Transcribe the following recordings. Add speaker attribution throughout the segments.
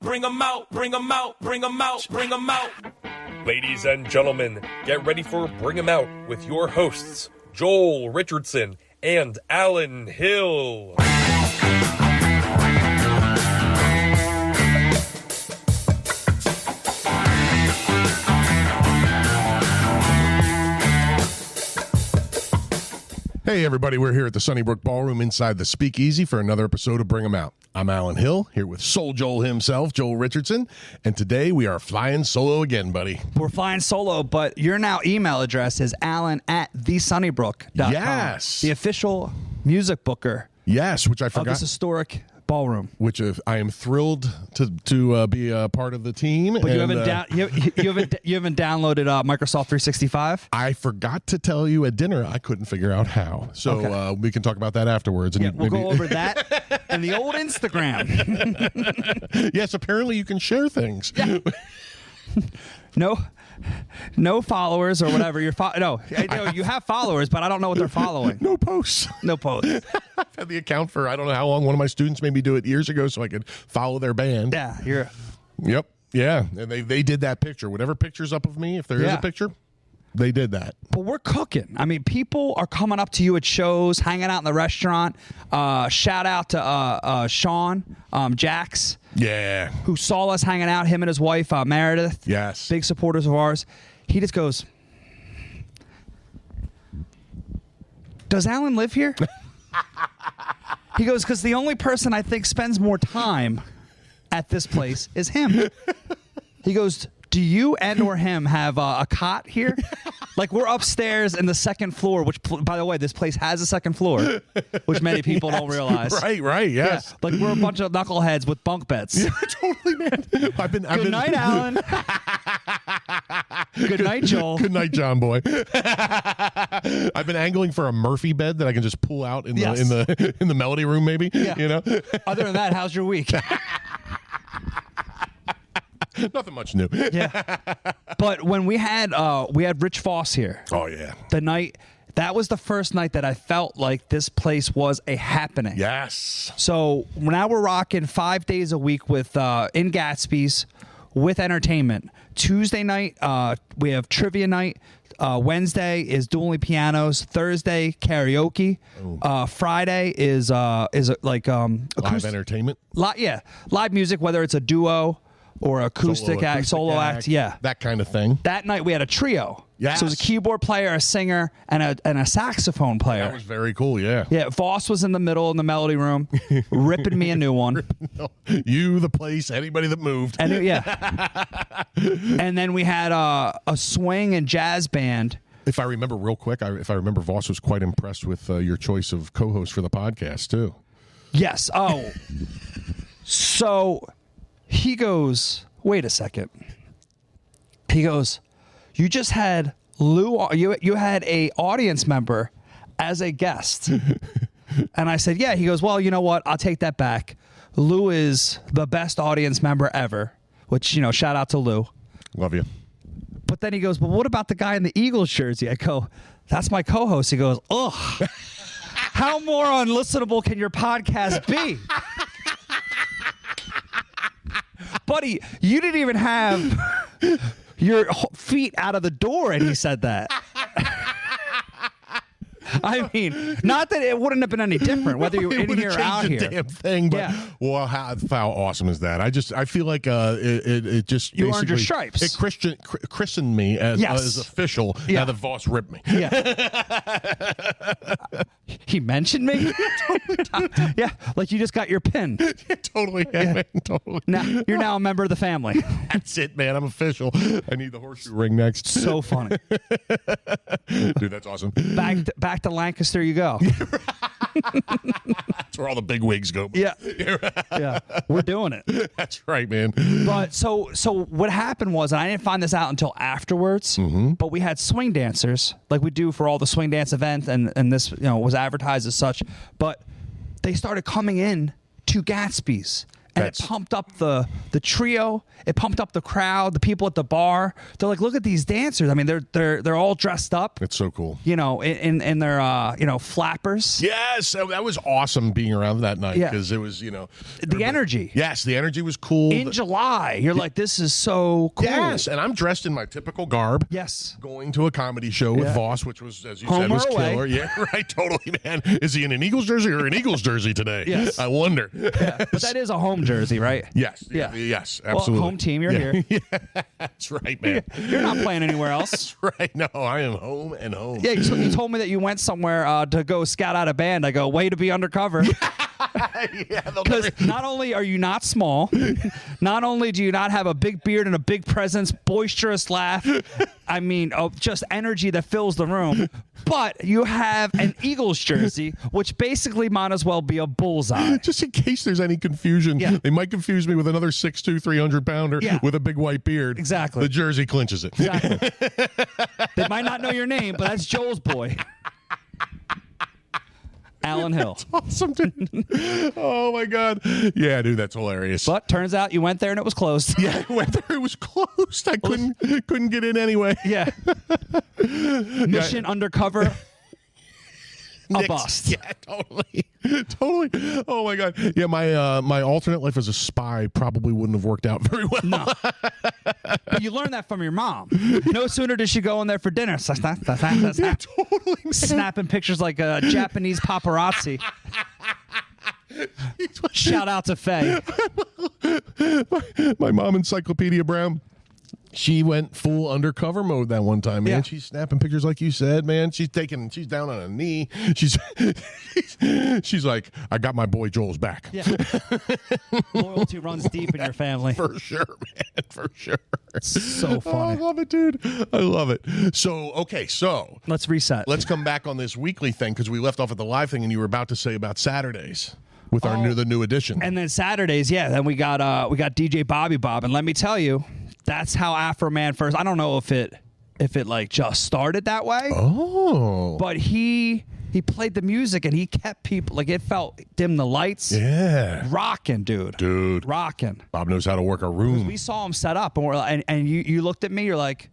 Speaker 1: bring 'em out, bring 'em out, bring 'em out, bring 'em out.
Speaker 2: Ladies and gentlemen, get ready for Bring 'em Out with your hosts, Joel Richardson and Alan Hill.
Speaker 3: Hey, everybody, we're here at the Sunnybrook Ballroom inside the Speakeasy for another episode of Bring 'em Out. I'm Alan Hill, here with Soul Joel himself, Joel Richardson, and today we are flying solo again, buddy.
Speaker 4: We're flying solo, but your now email address is alan at thesunnybrook.com.
Speaker 3: Yes.
Speaker 4: The official music booker
Speaker 3: Yes, which I
Speaker 4: of Oh,
Speaker 3: forgot,
Speaker 4: this historic ballroom.
Speaker 3: which uh, I am thrilled to, to uh, be a part of the team.
Speaker 4: But you
Speaker 3: and,
Speaker 4: haven't,
Speaker 3: uh,
Speaker 4: down, you, you haven't you haven't downloaded uh, Microsoft 365.
Speaker 3: I forgot to tell you at dinner. I couldn't figure out how. So
Speaker 4: Okay.
Speaker 3: uh, we can talk about that afterwards. And
Speaker 4: We'll
Speaker 3: maybe-
Speaker 4: go over that and the old Instagram.
Speaker 3: yes, apparently you can share things.
Speaker 4: No, no followers or whatever. You're fo- no, I know you have followers, but I don't know what they're following.
Speaker 3: No posts.
Speaker 4: No posts.
Speaker 3: I've had the account for I don't know how long. One of my students made me do it years ago so I could follow their band.
Speaker 4: Yeah, you're.
Speaker 3: Yep. Yeah. And they, they did that picture. Whatever picture's up of me, if there is
Speaker 4: Yeah.
Speaker 3: a picture, they did that.
Speaker 4: but we're cooking. I mean, people are coming up to you at shows, hanging out in the restaurant. Uh, shout out to uh, uh, Sean um, Jax,
Speaker 3: Yeah.
Speaker 4: who saw us hanging out, him and his wife, uh, Meredith.
Speaker 3: Yes.
Speaker 4: Big supporters of ours. He just goes, Does Alan live here? he goes, Because the only person I think spends more time at this place is him. He goes, "Do you and or him have uh, a cot here? like we're upstairs in the second floor, which pl- by the way, this place has a second floor, which many people don't realize.
Speaker 3: Right, right.
Speaker 4: Yeah,
Speaker 3: Yes.
Speaker 4: like we're a bunch of knuckleheads with bunk beds.
Speaker 3: totally, man. I've been. I've
Speaker 4: Good
Speaker 3: been,
Speaker 4: night, Alan. Good night, Joel.
Speaker 3: Good night, John Boy. I've been angling for a Murphy bed that I can just pull out in the
Speaker 4: Yes.
Speaker 3: in the in the melody room, maybe.
Speaker 4: Yeah.
Speaker 3: You know,
Speaker 4: Other than that, how's your week?
Speaker 3: nothing much new.
Speaker 4: yeah. But when we had uh, we had Rich Foss here,
Speaker 3: Oh yeah.
Speaker 4: the night that was the first night that I felt like this place was a happening.
Speaker 3: Yes.
Speaker 4: So now we're rocking five days a week with uh, in Gatsby's with entertainment. Tuesday night uh, we have trivia night. Uh, Wednesday is dueling pianos. Thursday karaoke. Uh, Friday is uh, is uh, like um,
Speaker 3: Live
Speaker 4: acoustic-
Speaker 3: entertainment.
Speaker 4: li- yeah, live music. Whether it's a duo or acoustic, act,
Speaker 3: acoustic
Speaker 4: solo act, yeah. That-
Speaker 3: That kind of thing.
Speaker 4: night we had a trio.
Speaker 3: Yes.
Speaker 4: So it was a keyboard player, a singer, and a and a saxophone player.
Speaker 3: That was very cool. Yeah.
Speaker 4: Yeah, Voss was in the middle in the melody room, ripping me a new one.
Speaker 3: You, the place, anybody that moved.
Speaker 4: And it- yeah, and then we had uh, a swing and jazz band.
Speaker 3: If I remember real quick, I, if I remember, Voss was quite impressed with uh, your choice of co-host for the podcast too.
Speaker 4: Yes. Oh, so he goes. Wait a second. He goes. You just had Lou. You you had a audience member as a guest, and I said, yeah. He goes, well, you know what? I'll take that back. Lou is the best audience member ever. Which you know, shout out to Lou.
Speaker 3: Love you.
Speaker 4: But then he goes, But what about the guy in the Eagles jersey? I go, That's my co host. He goes, Ugh. How more unlistenable can your podcast be? Buddy, you didn't even have your h- feet out of the door, and he said that. I mean, not that it wouldn't have been any different whether you were
Speaker 3: It
Speaker 4: in
Speaker 3: would've
Speaker 4: here or
Speaker 3: changed
Speaker 4: out
Speaker 3: the
Speaker 4: here.
Speaker 3: damn thing, but
Speaker 4: Yeah.
Speaker 3: well, how, how awesome is that? I just I feel like uh, it, it, it just
Speaker 4: You earned your
Speaker 3: basically-
Speaker 4: stripes.
Speaker 3: It Christian cr- christened me as,
Speaker 4: Yes.
Speaker 3: as official.
Speaker 4: Yeah.
Speaker 3: Now that Voss ripped me.
Speaker 4: Yeah. he mentioned me? yeah, like you just got your pin.
Speaker 3: totally, yeah, man, totally.
Speaker 4: Now you're now a member of the family.
Speaker 3: That's it, man. I'm official. I need the horseshoe ring next,
Speaker 4: So funny.
Speaker 3: dude. That's awesome. That's
Speaker 4: Back to, back to Lancaster you go.
Speaker 3: where all the big wigs go.
Speaker 4: Yeah. Yeah. We're doing it.
Speaker 3: That's right, man.
Speaker 4: But so so what happened was and I didn't find this out until afterwards, but we had swing dancers like we do for all the swing dance events and and this you know was advertised as such, but they started coming in to Gatsby's and
Speaker 3: That's-
Speaker 4: it pumped up the the trio. It pumped up the crowd, the people at the bar. They're like, look at these dancers. I mean, they're they're they're all dressed up,
Speaker 3: It's so cool.
Speaker 4: you know, in in, in their uh, you know flappers.
Speaker 3: Yes, uh, that was awesome being around that night
Speaker 4: Yeah.
Speaker 3: because it was, you know,
Speaker 4: The energy
Speaker 3: yes, the energy was cool.
Speaker 4: in July, you're like, this is so cool.
Speaker 3: yes, and I'm dressed in my typical garb.
Speaker 4: Yes.
Speaker 3: Going to a comedy show with
Speaker 4: Yeah.
Speaker 3: Voss, which was, as you said,
Speaker 4: Home or
Speaker 3: was
Speaker 4: away.
Speaker 3: killer. Yeah, right. Totally, man. Is he in an Eagles jersey or an Eagles jersey today?
Speaker 4: Yes.
Speaker 3: I wonder.
Speaker 4: But that is a home jersey, right?
Speaker 3: Yes.
Speaker 4: Yeah.
Speaker 3: Yes.
Speaker 4: Well,
Speaker 3: Absolutely.
Speaker 4: home team, you're
Speaker 3: Yeah.
Speaker 4: here.
Speaker 3: That's right, man.
Speaker 4: You're not playing anywhere else.
Speaker 3: right. No, I am home and home.
Speaker 4: Yeah, you, t- you told me that you went somewhere uh, to go scout out a band. I go, way to be undercover.
Speaker 3: yeah they'll
Speaker 4: Because not only are you not small, not only do you not have a big beard and a big presence, boisterous laugh, I mean, oh, just energy that fills the room, but you have an Eagles jersey, which basically might as well be a bullseye.
Speaker 3: just in case there's any confusion,
Speaker 4: Yeah.
Speaker 3: they might confuse me with another 6'2", 300 pounder
Speaker 4: Yeah.
Speaker 3: with a big white beard.
Speaker 4: Exactly.
Speaker 3: The jersey clinches it.
Speaker 4: Exactly. they might not know your name, but that's Joel's boy. Alan Hill.
Speaker 3: Awesome, dude. oh my god. Yeah, dude, that's hilarious.
Speaker 4: But turns out you went there and it was closed.
Speaker 3: yeah, I went there. It was closed. I couldn't couldn't get in anyway.
Speaker 4: Yeah. Mission undercover. A
Speaker 3: Knicks.
Speaker 4: bust.
Speaker 3: Yeah, totally, totally. Oh my god. Yeah, my uh, my alternate life as a spy probably wouldn't have worked out very well.
Speaker 4: No. but you learn that from your mom. No sooner did she go in there for dinner. Snap, snap, snap, snap,
Speaker 3: Yeah,
Speaker 4: snap.
Speaker 3: totally. Man.
Speaker 4: Snapping pictures like a Japanese paparazzi. Shout out to Faye.
Speaker 3: my mom encyclopedia brown she went full undercover mode that one time man
Speaker 4: Yeah.
Speaker 3: she's snapping pictures like you said man she's taking she's down on a knee she's she's, like i got my boy joel's back
Speaker 4: Yeah. Loyalty runs deep in your family.
Speaker 3: for sure man for sure
Speaker 4: So
Speaker 3: Oh, i
Speaker 4: funny.
Speaker 3: love it dude i love it so okay so
Speaker 4: Let's reset.
Speaker 3: let's come back on this weekly thing because we left off at the live thing and you were about to say about saturdays with our new the new edition
Speaker 4: and then Saturdays, yeah. Then we got uh we got DJ Bobby Bob, and let me tell you, that's how Afro Man first. I don't know if it if it like just started that way,
Speaker 3: oh
Speaker 4: but he he played the music and he kept people like it felt dim the lights,
Speaker 3: yeah
Speaker 4: rocking, dude,
Speaker 3: Dude.
Speaker 4: rocking.
Speaker 3: bob knows how to work a room
Speaker 4: We saw him set up, and we're like, and, and you you looked at me, you're like,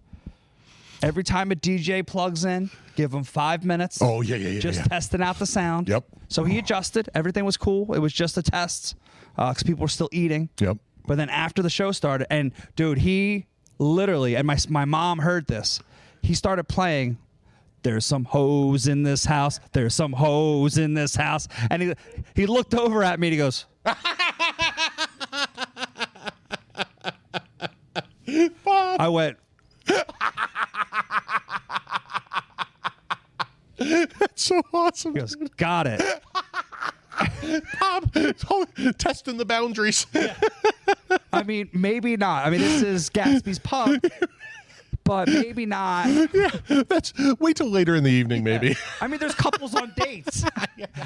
Speaker 4: every time a DJ plugs in, give him five minutes.
Speaker 3: Oh, yeah, yeah, yeah,
Speaker 4: Just
Speaker 3: yeah.
Speaker 4: testing out the sound.
Speaker 3: Yep.
Speaker 4: So he adjusted. Everything was cool. It was just a test because people were still eating.
Speaker 3: Yep.
Speaker 4: But then after the show started, and dude, he literally, and my my mom heard this. He started playing. There's some hoes in this house. There's some hoes in this house. And he he looked over at me. and He goes. I went.
Speaker 3: so awesome
Speaker 4: He goes. Got it.
Speaker 3: Bob, testing the boundaries.
Speaker 4: I mean, maybe not. I mean, this is Gatsby's pub, but maybe not.
Speaker 3: That's wait till later in the evening, maybe.
Speaker 4: I mean, there's couples on dates.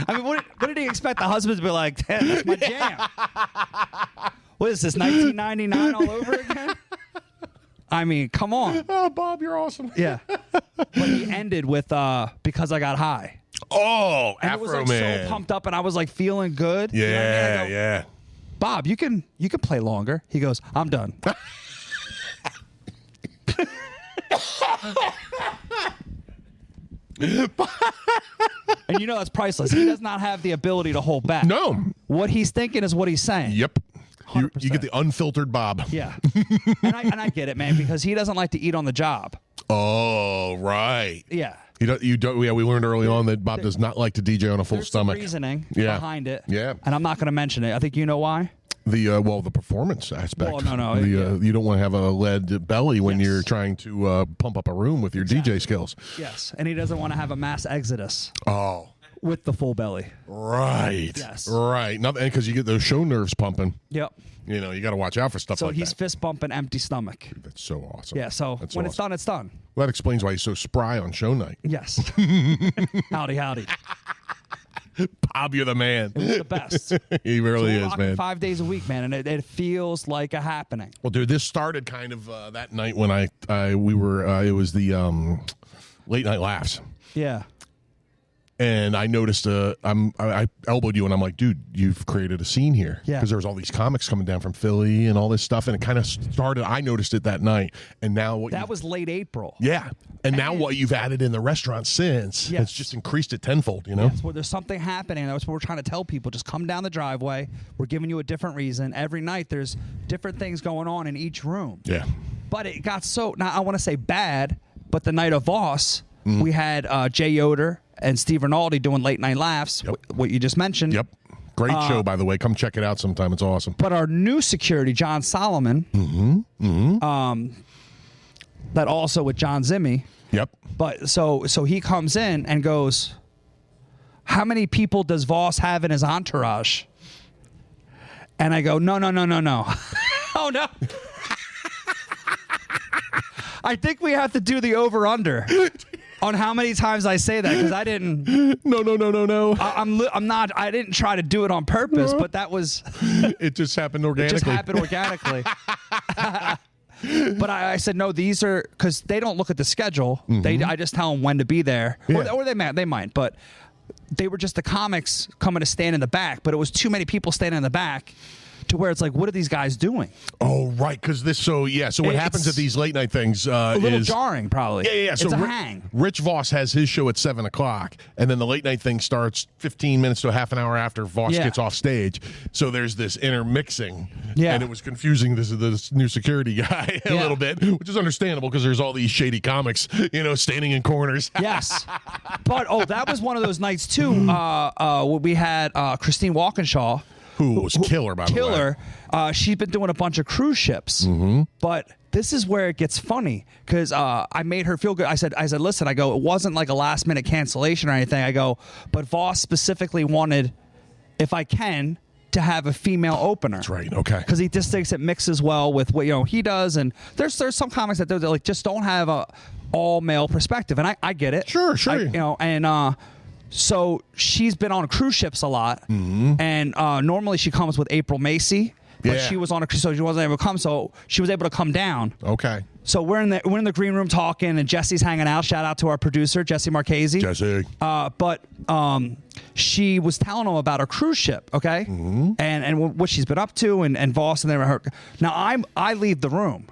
Speaker 4: I mean, what, what did he expect the husband to be like? "Damn, That's my jam. What is this, 1999 all over again? I mean, come on.
Speaker 3: Oh, Bob, you're awesome.
Speaker 4: Yeah. But he ended with uh, because I got high.
Speaker 3: Oh, Afro
Speaker 4: And it was like
Speaker 3: Man.
Speaker 4: so pumped up, and I was like feeling good. You know what I mean? I
Speaker 3: yeah,
Speaker 4: go,
Speaker 3: yeah.
Speaker 4: Bob, you can you can play longer. He goes, I'm done. and you know that's priceless. He does not have the ability to hold back.
Speaker 3: No.
Speaker 4: What he's thinking is what he's saying.
Speaker 3: Yep. You, you
Speaker 4: 100%.
Speaker 3: get the unfiltered Bob.
Speaker 4: Yeah. and, I, and I get it, man, because he doesn't like to eat on the job.
Speaker 3: Oh, right.
Speaker 4: Yeah.
Speaker 3: You don't. You don't. Yeah, we learned early on that Bob does not like to DJ on a full
Speaker 4: There's some
Speaker 3: stomach.
Speaker 4: reasoning
Speaker 3: Yeah.
Speaker 4: behind it.
Speaker 3: Yeah.
Speaker 4: And I'm not going to mention it. I think you know why.
Speaker 3: The uh, well, the performance aspect.
Speaker 4: Well, no, no,
Speaker 3: The,
Speaker 4: yeah.
Speaker 3: uh, You don't want to have a lead belly when
Speaker 4: Yes.
Speaker 3: you're trying to uh, pump up a room with your DJ skills.
Speaker 4: Yes. And he doesn't want to have a mass exodus
Speaker 3: Oh,
Speaker 4: with the full belly.
Speaker 3: right.
Speaker 4: Yes.
Speaker 3: Right. Not because you get those show nerves pumping.
Speaker 4: Yep.
Speaker 3: You know, you got to watch out for stuff
Speaker 4: So
Speaker 3: like
Speaker 4: he's
Speaker 3: that.
Speaker 4: fist bumping empty stomach.
Speaker 3: That's so awesome.
Speaker 4: Yeah, so
Speaker 3: That's
Speaker 4: when
Speaker 3: awesome.
Speaker 4: it's done, it's done.
Speaker 3: Well, that explains why he's so spry on show night.
Speaker 4: Yes. howdy, howdy.
Speaker 3: Bob, you're the man.
Speaker 4: The best.
Speaker 3: he really
Speaker 4: We're
Speaker 3: is,
Speaker 4: rocking
Speaker 3: man.
Speaker 4: Five days a week, man, and it, it feels like a happening.
Speaker 3: Well, dude, this started kind of uh, that night when I, I we were uh, it was the um, late night laughs,
Speaker 4: Yeah.
Speaker 3: and I noticed uh, I'm I, I elbowed you, and I'm like, dude, you've created a scene here,
Speaker 4: Yeah.
Speaker 3: Because there was all these comics coming down from Philly and all this stuff, and it kind of started. I noticed it that night, and now what
Speaker 4: That
Speaker 3: you've-
Speaker 4: was late April.
Speaker 3: yeah, and now what you've added in the restaurant since
Speaker 4: Yes.
Speaker 3: has just increased it tenfold. You know,
Speaker 4: That's where there's something happening. That's what we're trying to tell people. Just come down the driveway. We're giving you a different reason. Every night there's different things going on in each room.
Speaker 3: yeah,
Speaker 4: But it got so now I want to say bad, but the night of Voss,
Speaker 3: Mm-hmm.
Speaker 4: we had uh, Jay Yoder and Steve Rinaldi doing late night laughs, wh- what you just mentioned.
Speaker 3: yep, great
Speaker 4: Uh,
Speaker 3: show by the way. Come check it out sometime. It's awesome.
Speaker 4: But our new security, John Solomon, mm-hmm. Um, that also with John Zimmy.
Speaker 3: Yep,
Speaker 4: But so so he comes in and goes, How many people does Voss have in his entourage? And I go, No, no, no, no, no. oh no. I think we have to do the over under on how many times I say that because I didn't.
Speaker 3: no, no, no, no, no.
Speaker 4: I, I'm li- I'm not. I didn't try to do it on purpose, but that was
Speaker 3: it just happened
Speaker 4: it
Speaker 3: organically.
Speaker 4: just happened organically. but I, I said no. These are because they don't look at the schedule. They I just tell them when to be there, or,
Speaker 3: Mm-hmm. Yeah.
Speaker 4: or they might they might. But they were just the comics coming to stand in the back. But it was too many people standing in the back to where it's like, what are these guys doing?
Speaker 3: Oh, right. Because this, so yeah. So what
Speaker 4: It's-
Speaker 3: happens at these late night things uh,
Speaker 4: A little
Speaker 3: is.
Speaker 4: jarring, probably.
Speaker 3: Yeah, yeah, yeah.
Speaker 4: It's
Speaker 3: So
Speaker 4: a
Speaker 3: Ri-
Speaker 4: hang.
Speaker 3: Rich Voss has his show at seven o'clock, and then the late night thing starts fifteen minutes to a half an hour after Voss
Speaker 4: Yeah.
Speaker 3: gets off stage. So there's this intermixing,
Speaker 4: Yeah.
Speaker 3: and it was confusing. This this new security guy a
Speaker 4: Yeah.
Speaker 3: little bit, which is understandable because there's all these shady comics, you know, standing in corners.
Speaker 4: Yes, but oh, that was one of those nights too.
Speaker 3: Mm-hmm.
Speaker 4: Uh, uh, where we had uh, Christine Walkinshaw.
Speaker 3: Who was killer by the way? Mm-hmm.
Speaker 4: killer. Uh, she's been doing a bunch of cruise ships, but this is where it gets funny because uh, I made her feel good. I said, I said, listen, I go, it wasn't like a last minute cancellation or anything. I go, but Voss specifically wanted, if I can, to have a female opener. That's
Speaker 3: Right. Okay.
Speaker 4: Because he just thinks it mixes well with what you know he does, and there's there's some comics that they're they're like just don't have a all male perspective, and I, I get it.
Speaker 3: Sure, sure.
Speaker 4: I- you know, and uh, so she's been on cruise ships a lot, and uh, normally she comes with April Macy, but
Speaker 3: Mm-hmm. Yeah.
Speaker 4: she was on a so she wasn't able to come, so she was able to come down.
Speaker 3: Okay.
Speaker 4: So we're in the we're in the green room talking, and Jesse's hanging out. Shout out to our producer Jesse Marchese.
Speaker 3: Jesse.
Speaker 4: Uh, but um, she was telling him about her cruise ship, okay, and and what she's been up to, and and Voss and they were her. Now I'm I leave the room,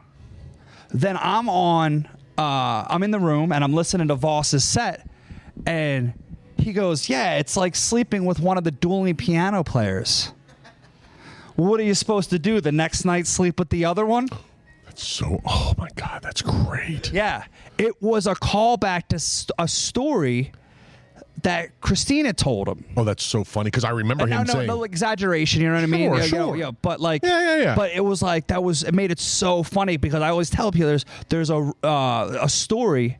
Speaker 4: then I'm on uh, I'm in the room and I'm listening to Voss's set, and he goes, "Yeah, it's like sleeping with one of the dueling piano players." What are you supposed to do the next night? Sleep with the other one?
Speaker 3: So, oh my God, that's great.
Speaker 4: Yeah, it was a callback to st- a story that Christina told him.
Speaker 3: Oh, that's so funny because I remember
Speaker 4: no,
Speaker 3: him
Speaker 4: no,
Speaker 3: saying,
Speaker 4: no exaggeration. You know what I mean?
Speaker 3: Sure,
Speaker 4: Yeah, yeah,
Speaker 3: sure.
Speaker 4: yeah, But like,
Speaker 3: Yeah, yeah, yeah.
Speaker 4: But it was like that was it made it so funny because I always tell people there's there's a uh, a story.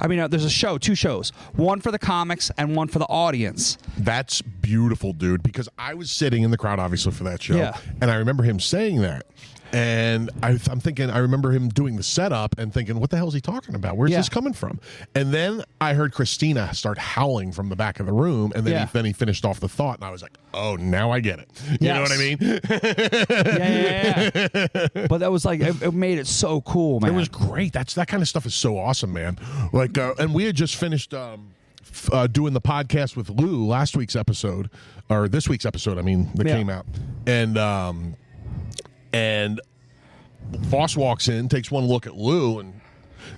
Speaker 4: I mean, uh, there's a show, two shows, one for the comics and one for the audience.
Speaker 3: That's beautiful, dude. Because I was sitting in the crowd, obviously, for that show,
Speaker 4: Yeah.
Speaker 3: and I remember him saying that. And I, I'm thinking, I remember him doing the setup and thinking, "What the hell is he talking about? Where's
Speaker 4: Yeah.
Speaker 3: this coming from?" And then I heard Christina start howling from the back of the room, and then
Speaker 4: Yeah.
Speaker 3: he, then he finished off the thought, and I was like, "Oh, now I get it." You know what I
Speaker 4: Yes.
Speaker 3: mean?
Speaker 4: Yeah, yeah, yeah, yeah. but that was like it, it made it so cool, man.
Speaker 3: It was great. That's that kind of stuff is so awesome, man. Like, uh, and we had just finished um, f- uh, doing the podcast with Lou last week's episode, or this week's episode. I mean, that
Speaker 4: Yeah.
Speaker 3: came out, and um, and Foss walks in, takes one look at Lou, and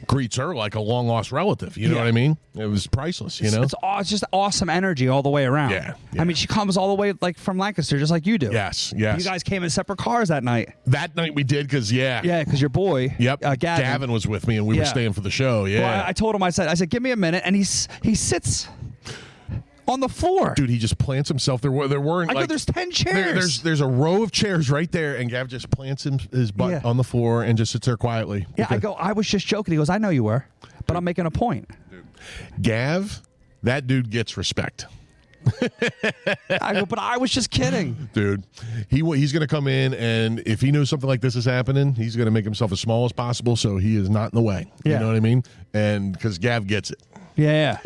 Speaker 3: greets her like a long lost relative. You know
Speaker 4: Yeah.
Speaker 3: what I mean? It was priceless. You know,
Speaker 4: It's, aw- it's just awesome energy all the way around.
Speaker 3: Yeah, yeah.
Speaker 4: I mean, she comes all the way like from Lancaster, just like you do.
Speaker 3: Yes, yes.
Speaker 4: You guys came in separate cars that night.
Speaker 3: that night we did because yeah,
Speaker 4: Yeah, because your boy,
Speaker 3: Yep,
Speaker 4: uh, Gavin.
Speaker 3: was with me, and we were
Speaker 4: Yeah.
Speaker 3: staying for the show. Yeah,
Speaker 4: Well, I, I told him, I said, I said, give me a minute, and he's he sits on the floor.
Speaker 3: dude, he just plants himself. There were there weren't.
Speaker 4: I go,
Speaker 3: like,
Speaker 4: "There's 10
Speaker 3: There- there's
Speaker 4: chairs."
Speaker 3: there's a row of chairs right there, and Gav just plants him, his butt
Speaker 4: Yeah.
Speaker 3: on the floor and just sits there quietly.
Speaker 4: yeah, I
Speaker 3: Because-
Speaker 4: go, I was just joking. He goes, I know you were, but I'm making a point.
Speaker 3: Gav, that dude gets respect,
Speaker 4: I go, but I was just kidding.
Speaker 3: dude. He wa- he's gonna come in, and if he knows something like this is happening, he's gonna make himself as small as possible so he is not in the way. You
Speaker 4: Yeah.
Speaker 3: know what I mean? And because Gav gets it,
Speaker 4: Yeah,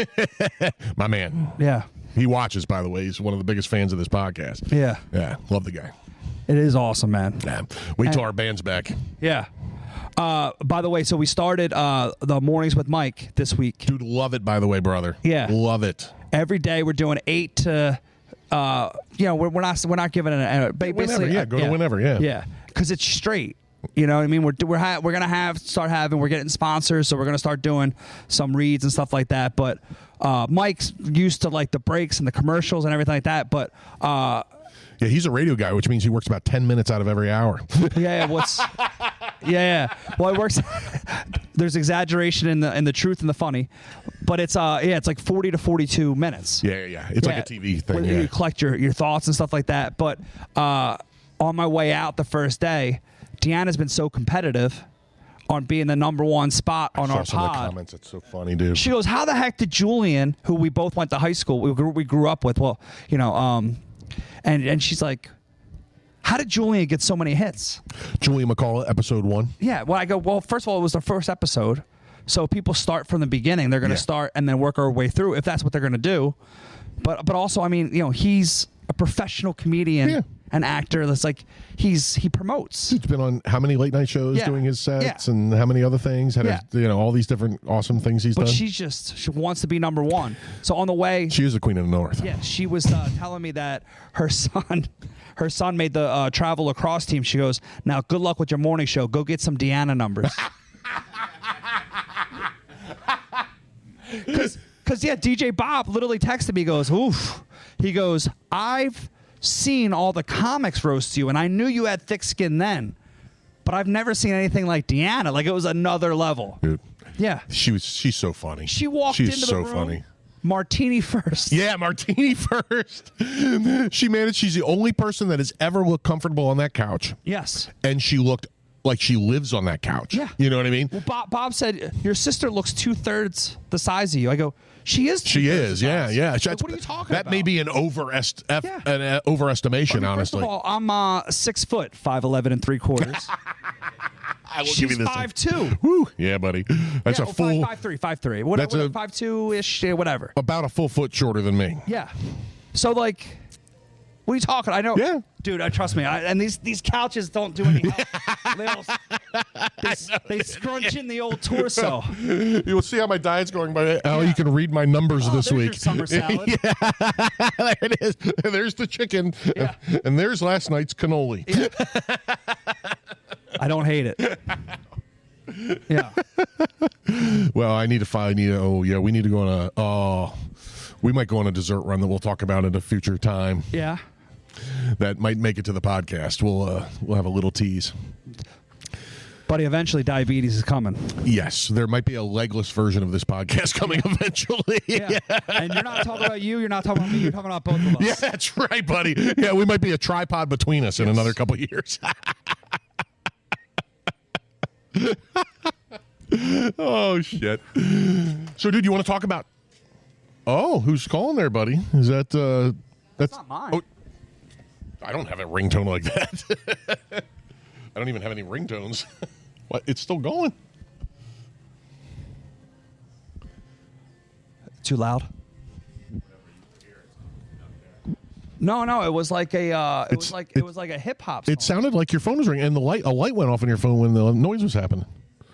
Speaker 4: yeah,
Speaker 3: my man.
Speaker 4: yeah.
Speaker 3: He watches, by the way. He's one of the biggest fans of this podcast.
Speaker 4: Yeah.
Speaker 3: yeah, love the guy.
Speaker 4: It is awesome, man.
Speaker 3: Yeah. Wait till our band's back.
Speaker 4: Yeah. Uh, by the way, so we started uh, the mornings with Mike this week.
Speaker 3: Dude, love it, by the way, brother.
Speaker 4: Yeah.
Speaker 3: Love it.
Speaker 4: Every day we're doing eight to, uh, you know, we're, we're not we're not giving it an ba-
Speaker 3: whenever,
Speaker 4: basically
Speaker 3: yeah, go to whenever, yeah.
Speaker 4: yeah, because it's straight. You know what I mean? We're we're ha- we're gonna have start having we're getting sponsors, so we're gonna start doing some reads and stuff like that. But uh, Mike's used to like the breaks and the commercials and everything like that. But uh,
Speaker 3: Yeah, he's a radio guy, which means he works about 10 minutes out of every hour.
Speaker 4: Yeah, yeah. What's yeah, yeah. Well, it works. There's exaggeration in the in the truth and the funny, but it's uh yeah, it's like 40 to 42 minutes.
Speaker 3: yeah, yeah, yeah. It's like a
Speaker 4: Yeah,
Speaker 3: TV thing.
Speaker 4: where
Speaker 3: Yeah.
Speaker 4: You collect your your thoughts and stuff like that. But uh, on my way out the first day, Deanna's been so competitive on being the number one spot on
Speaker 3: Saw
Speaker 4: our
Speaker 3: some of the
Speaker 4: pod.
Speaker 3: comments. It's so funny, dude.
Speaker 4: She goes, "How the heck did Julian, who we both went to high school, we grew, we grew up with, well, you know, um, and and she's like, how did Julian get so many hits?"
Speaker 3: Julian McCall, episode one.
Speaker 4: Yeah. Well, I go, well, first of all, it was the first episode. So people start from the beginning. They're going to
Speaker 3: Yeah.
Speaker 4: start and then work our way through if that's what they're going to do. But but also, I mean, you know, he's a professional comedian,
Speaker 3: Yeah.
Speaker 4: an actor. That's like he's he promotes.
Speaker 3: He's been on how many late night shows
Speaker 4: Yeah.
Speaker 3: doing his sets
Speaker 4: Yeah.
Speaker 3: and how many other things? Had
Speaker 4: Yeah.
Speaker 3: a, you know all these different awesome things he's
Speaker 4: But
Speaker 3: done.
Speaker 4: she's just she wants to be number one. So on the way,
Speaker 3: she is the queen of the north.
Speaker 4: yeah, she was uh, telling me that her son, her son made the uh, travel lacrosse team. She goes, now good luck with your morning show. Go get some Deanna numbers. Because yeah, DJ Bob literally texted me. he Goes, oof. He goes, I've seen all the comics roast you, and I knew you had thick skin then, but I've never seen anything like Deanna. Like it was another level.
Speaker 3: Dude,
Speaker 4: Yeah,
Speaker 3: she was. She's so funny.
Speaker 4: she walked
Speaker 3: She's
Speaker 4: into the
Speaker 3: so
Speaker 4: room.
Speaker 3: funny.
Speaker 4: Martini first.
Speaker 3: Yeah, martini first. she managed. She's the only person that has ever looked comfortable on that couch,
Speaker 4: Yes.
Speaker 3: and she looked like she lives on that couch.
Speaker 4: Yeah.
Speaker 3: you know what I mean.
Speaker 4: Well, Bob, Bob said your sister looks two thirds the size of you. I go, she is.
Speaker 3: She
Speaker 4: two-thirds
Speaker 3: is,
Speaker 4: the
Speaker 3: yeah,
Speaker 4: size."
Speaker 3: yeah.
Speaker 4: Like,
Speaker 3: That's-
Speaker 4: what are you talking
Speaker 3: that
Speaker 4: about?
Speaker 3: may be an overest, f-
Speaker 4: Yeah.
Speaker 3: an uh, overestimation, honestly.
Speaker 4: First of all, I'm uh, six foot five eleven and three quarters.
Speaker 3: I will
Speaker 4: She's five two.
Speaker 3: Woo. Yeah, buddy. That's
Speaker 4: yeah,
Speaker 3: a
Speaker 4: oh,
Speaker 3: full,
Speaker 4: five, five three, five three. What, Oh.
Speaker 3: That's
Speaker 4: what-
Speaker 3: a-
Speaker 4: five two ish, yeah, whatever.
Speaker 3: about a full foot shorter than me.
Speaker 4: Yeah. So like, what are you talking? I know.
Speaker 3: Yeah.
Speaker 4: Dude, I trust me. I, and these these couches don't do any. help. they, all- they, they scrunch in the old torso.
Speaker 3: You will see how my diet's going by how Oh, you can read my numbers
Speaker 4: Oh,
Speaker 3: this
Speaker 4: there's your
Speaker 3: week.
Speaker 4: summer salad.
Speaker 3: there it is. There's the chicken,
Speaker 4: Yeah.
Speaker 3: and, and there's last night's cannoli.
Speaker 4: I don't hate it. Yeah.
Speaker 3: Well, I need to find you. Oh, yeah, we need to go on a. Oh, we might go on a dessert run that we'll talk about at a future time.
Speaker 4: Yeah.
Speaker 3: That might make it to the podcast. We'll uh, we'll have a little tease.
Speaker 4: Buddy, eventually diabetes is coming.
Speaker 3: Yes, there might be a legless version of this podcast coming eventually.
Speaker 4: Yeah. and you're not talking about you, you're not talking about me, you're talking about both of us.
Speaker 3: Yeah, that's right, buddy. Yeah, we might be a tripod between us in another couple years. oh shit. So, dude, you want to talk about? Oh, who's calling there, buddy? Is that uh? That's
Speaker 4: not mine.
Speaker 3: Oh, I don't have a ringtone like that. I don't even have any ringtones. what? It's still going.
Speaker 4: Too loud. No, no, it was like a uh, it was
Speaker 3: It's-
Speaker 4: like
Speaker 3: it-
Speaker 4: it was like a hip hop song.
Speaker 3: It sounded like your phone was ringing, and the light a light went off on your phone when the noise was happening.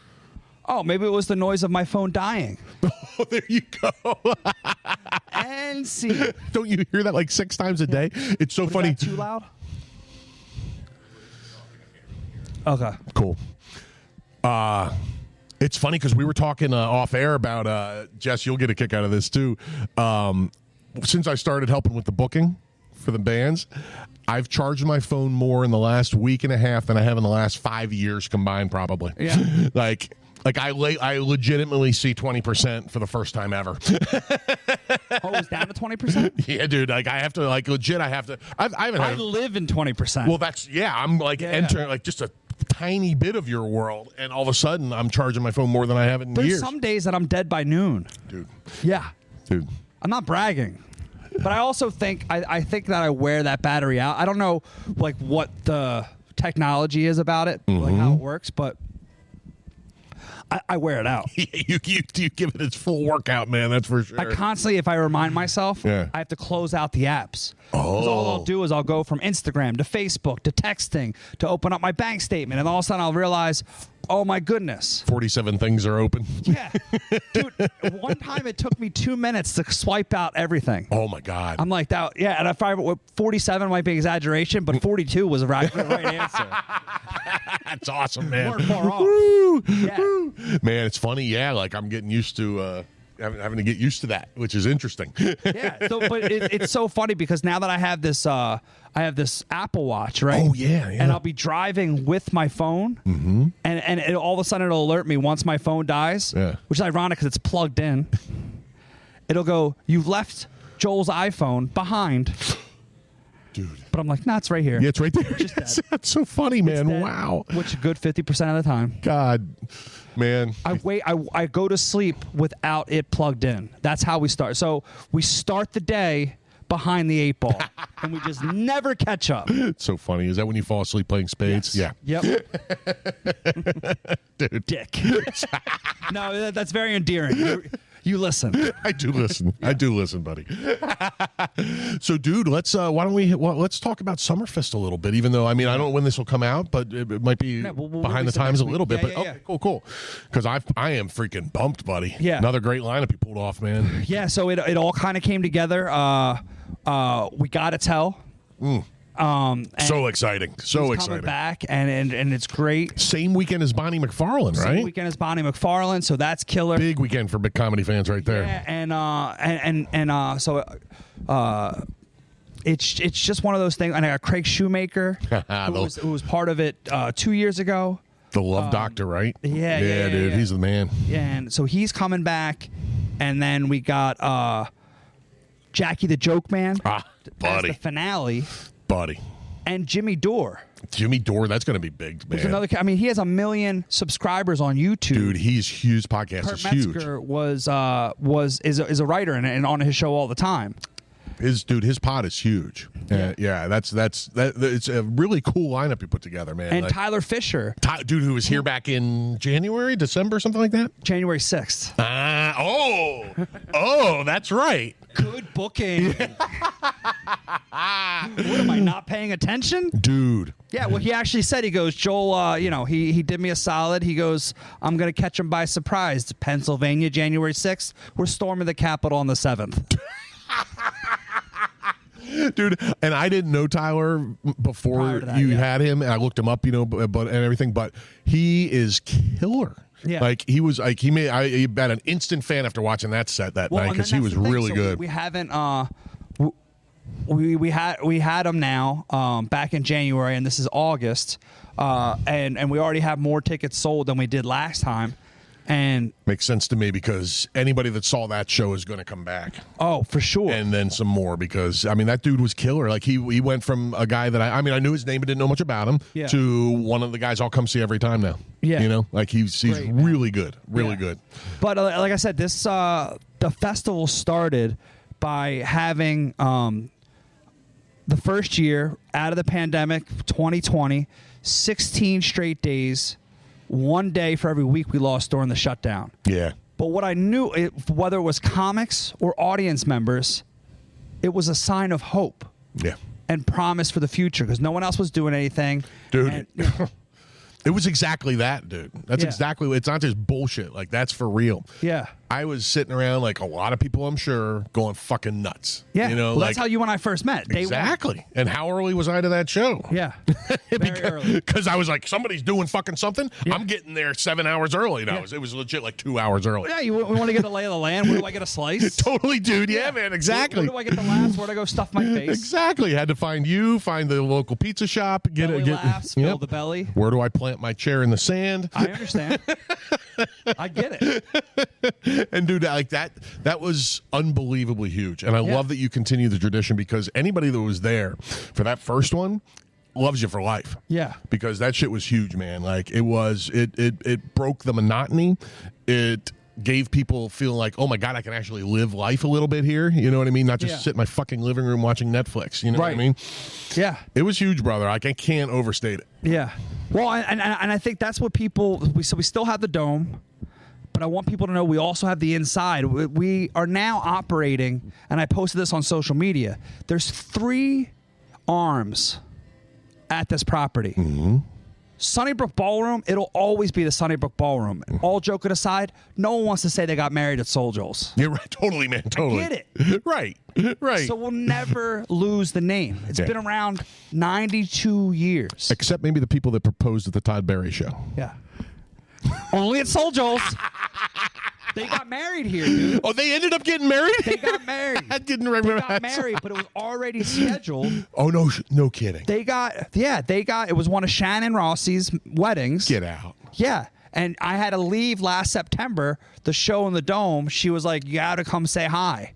Speaker 4: oh, maybe it was the noise of my phone dying.
Speaker 3: Oh, there you go.
Speaker 4: and see.
Speaker 3: Don't you hear that like six times a day? It's so funny.
Speaker 4: Funny. too loud? Okay.
Speaker 3: Cool. Uh, it's funny because we were talking uh, off air about uh, Jess. You'll get a kick out of this too. Um, since I started helping with the booking for the bands, I've charged my phone more in the last week and a half than I have in the last five years combined, probably.
Speaker 4: Yeah.
Speaker 3: like. Like I, la- I legitimately see twenty percent for the first time ever.
Speaker 4: Oh, it was down to twenty percent.
Speaker 3: yeah, dude. Like I have to, like legit. I have to. I've, I haven't had.
Speaker 4: I
Speaker 3: a-
Speaker 4: live in twenty percent.
Speaker 3: Well, that's yeah. I'm like
Speaker 4: Yeah,
Speaker 3: entering like just a tiny bit of your world, and all of a sudden I'm charging my phone more than I have in
Speaker 4: there's
Speaker 3: years,
Speaker 4: some days that I'm dead by noon.
Speaker 3: dude.
Speaker 4: Yeah.
Speaker 3: Dude,
Speaker 4: I'm not bragging. But I also think I, I think that I wear that battery out. I don't know like what the technology is about it, like
Speaker 3: Mm-hmm.
Speaker 4: how it works, but I, I wear it out.
Speaker 3: you, you you give it its full workout, man. That's for sure.
Speaker 4: I constantly, if I remind myself,
Speaker 3: Yeah.
Speaker 4: I have to close out the apps. 'Cause all I'll
Speaker 3: Oh.
Speaker 4: do is I'll go from Instagram to Facebook to texting to open up my bank statement, and all of a sudden I'll realize, Oh my goodness.
Speaker 3: 47 things are open.
Speaker 4: Yeah. Dude, one time it took me two minutes to swipe out everything.
Speaker 3: Oh my God.
Speaker 4: I'm like that. Yeah, and I find what 47 might be exaggeration, but 42 was the right, the right answer.
Speaker 3: That's awesome, man.
Speaker 4: Weren't far off.
Speaker 3: Woo!
Speaker 4: Yeah.
Speaker 3: Woo! Man, it's funny. Yeah, like I'm getting used to uh, having, having to get used to that, which is interesting.
Speaker 4: Yeah. So, but it, it's so funny because now that I have this, uh, I have this Apple Watch, right?
Speaker 3: Oh, yeah, yeah.
Speaker 4: And I'll be driving with my phone, mm-hmm. and and it, all of a sudden it'll alert me once my phone dies.
Speaker 3: Yeah.
Speaker 4: Which is ironic because it's plugged in. It'll go, "You've left Joel's iPhone behind,"
Speaker 3: Dude.
Speaker 4: but I'm like, "Nah, it's right here."
Speaker 3: Yeah, it's right there. That's so funny, man.
Speaker 4: That-
Speaker 3: Wow.
Speaker 4: Which is a good fifty percent of the time.
Speaker 3: God, man.
Speaker 4: I wait. I, I go to sleep without it plugged in. That's how we start. So we start the day behind the eight ball, and we just never catch up.
Speaker 3: It's so funny. Is that when you fall asleep playing spades? Yeah.
Speaker 4: Yep. Dick. no, that, that's very endearing. You, you listen.
Speaker 3: I do listen. I do listen, buddy. so, dude, let's uh, why don't we well, let's talk about Summerfest a little bit? Even though I mean I don't know when this will come out, but it, it might be
Speaker 4: we'll- we'll
Speaker 3: behind the
Speaker 4: release it
Speaker 3: times
Speaker 4: next
Speaker 3: a little
Speaker 4: week.
Speaker 3: bit.
Speaker 4: Yeah,
Speaker 3: but
Speaker 4: yeah,
Speaker 3: okay, cool, cool. Because I I am freaking bumped, buddy.
Speaker 4: Yeah.
Speaker 3: another great lineup you pulled off, man.
Speaker 4: Yeah. So it it all kind of came together. Uh, uh, we gotta tell. Um, and
Speaker 3: so exciting, so
Speaker 4: he's coming
Speaker 3: exciting.
Speaker 4: back, and and and it's great.
Speaker 3: Same weekend as Bonnie McFarlane, right?
Speaker 4: Weekend is Bonnie McFarlane, so that's killer.
Speaker 3: Big weekend for big comedy fans, right there.
Speaker 4: Yeah, and uh and and, and uh so uh it's it's just one of those things and I got Craig Shoemaker who, was, who was part of it uh 2 years ago
Speaker 3: The Love Doctor, right?
Speaker 4: Um, yeah, yeah,
Speaker 3: yeah,
Speaker 4: yeah,
Speaker 3: dude,
Speaker 4: yeah.
Speaker 3: he's the man.
Speaker 4: and so he's coming back and then we got uh Jackie the Joke Man
Speaker 3: Ah, buddy.
Speaker 4: as the finale
Speaker 3: buddy.
Speaker 4: and Jimmy Dore
Speaker 3: Jimmy Dore, that's going to be big, man.
Speaker 4: There's another I mean he has a million subscribers on YouTube
Speaker 3: Dude, he's huge. Podcast
Speaker 4: Kurt
Speaker 3: is huge.
Speaker 4: Metzger was uh was is a, is a writer and, and on his show all the time
Speaker 3: His dude, his pod is huge. Yeah, yeah. That's that's that. It's a really cool lineup you put together, man.
Speaker 4: and
Speaker 3: Like,
Speaker 4: Tyler Fisher
Speaker 3: Ty- dude, who was here back in January, December, something like that.
Speaker 4: January 6th
Speaker 3: Ah, oh, oh, that's right.
Speaker 4: Good booking. what am I not paying attention?
Speaker 3: Dude,
Speaker 4: Yeah, well, he actually said he goes, Joel. Uh, you know, he he did me a solid. He goes, I'm gonna catch him by surprise. Pennsylvania, January sixth. We're storming the Capitol on the seventh.
Speaker 3: dude, and I didn't know Tyler before
Speaker 4: Prior to that,
Speaker 3: you
Speaker 4: yeah.
Speaker 3: had him, and I looked him up, you know, but, but and everything. But he is killer.
Speaker 4: Yeah.
Speaker 3: like he was like he made I he had an instant fan after watching that set that night
Speaker 4: and
Speaker 3: because he
Speaker 4: then
Speaker 3: was
Speaker 4: that's the thing.
Speaker 3: really
Speaker 4: So we-
Speaker 3: good.
Speaker 4: We haven't. Uh, w- we we had we had him now um, back in January, and this is August, uh, and and we already have more tickets sold than we did last time, and
Speaker 3: Makes sense to me because anybody that saw that show is going to come back.
Speaker 4: oh for sure.
Speaker 3: and then some more because I mean that dude was killer. Like he he went from a guy that I I mean I knew his name but didn't know much about him
Speaker 4: Yeah.
Speaker 3: to one of the guys I'll come see every time now.
Speaker 4: Yeah.
Speaker 3: you know, like he's he's
Speaker 4: Great, man.
Speaker 3: really good, really
Speaker 4: Yeah.
Speaker 3: good.
Speaker 4: But uh, like I said, this uh, the festival started by having um, the first year out of the pandemic, 2020, 16 straight days, one day for every week we lost during the shutdown.
Speaker 3: Yeah,
Speaker 4: But what I knew, it, whether it was comics or audience members, it was a sign of hope
Speaker 3: yeah,
Speaker 4: and promise for the future because no one else was doing anything.
Speaker 3: dude.
Speaker 4: And-
Speaker 3: it was exactly that, dude. That's
Speaker 4: Yeah.
Speaker 3: exactly what it's not just bullshit. Like that's for real.
Speaker 4: yeah.
Speaker 3: I was sitting around like a lot of people, I'm sure, going fucking nuts.
Speaker 4: Yeah.
Speaker 3: you know,
Speaker 4: well,
Speaker 3: like
Speaker 4: that's how you and I first met. Day
Speaker 3: exactly. And how early was I to that show?
Speaker 4: One. Yeah. Very early.
Speaker 3: because I was like, somebody's doing fucking something. I'm getting there seven hours early. No, it was- it was legit like two hours early.
Speaker 4: Yeah, you we want to get a lay of the land. Where do I get a slice?
Speaker 3: Totally, dude. Yeah, man. Exactly.
Speaker 4: Where, where do I get the laughs? Where do I go stuff my face?
Speaker 3: Exactly. Had to find you, find the local pizza shop, get
Speaker 4: Belly
Speaker 3: it. Get,
Speaker 4: laughs, fill
Speaker 3: Yep.
Speaker 4: the belly.
Speaker 3: Where do I plant my chair in the sand?
Speaker 4: I understand. I get it.
Speaker 3: and dude, like that, that was unbelievably huge. And I
Speaker 4: Yeah.
Speaker 3: love that you continue the tradition because anybody that was there for that first one loves you for life.
Speaker 4: Yeah.
Speaker 3: because that shit was huge, man. Like it was, it it it broke the monotony. It gave people feeling like, oh my god, I can actually live life a little bit here. You know what I mean? Not just
Speaker 4: Yeah.
Speaker 3: sit in my fucking living room watching Netflix. You know what I
Speaker 4: Right.
Speaker 3: mean?
Speaker 4: Yeah.
Speaker 3: It was huge, brother. Like I can't overstate it.
Speaker 4: Yeah. Well, and, and, and I think that's what people. We, so we still have the dome, but I want people to know we also have the inside. We, we are now operating, and I posted this on social media. There's three arms at this property. Sunnybrook Ballroom, it'll always be the Sunnybrook Ballroom. All joking aside, no one wants to say they got married at Soul Joel's.
Speaker 3: You're right. Totally, man. Totally.
Speaker 4: get
Speaker 3: it. Right. Right.
Speaker 4: So we'll never lose the name. It's
Speaker 3: Yeah.
Speaker 4: been around 92 years.
Speaker 3: Except maybe the people that proposed at the Todd Berry show.
Speaker 4: Yeah. Only at Soul Joel's. they got married here, dude.
Speaker 3: Oh, they ended up getting married.
Speaker 4: They got married.
Speaker 3: I didn't remember.
Speaker 4: They got
Speaker 3: that.
Speaker 4: married, but it was already scheduled.
Speaker 3: Oh no! sh- No kidding.
Speaker 4: They got yeah, they got it was one of Shannon Rossi's weddings.
Speaker 3: Get out.
Speaker 4: Yeah. And I had to leave last September, the show in the dome. She was like, You gotta come say hi.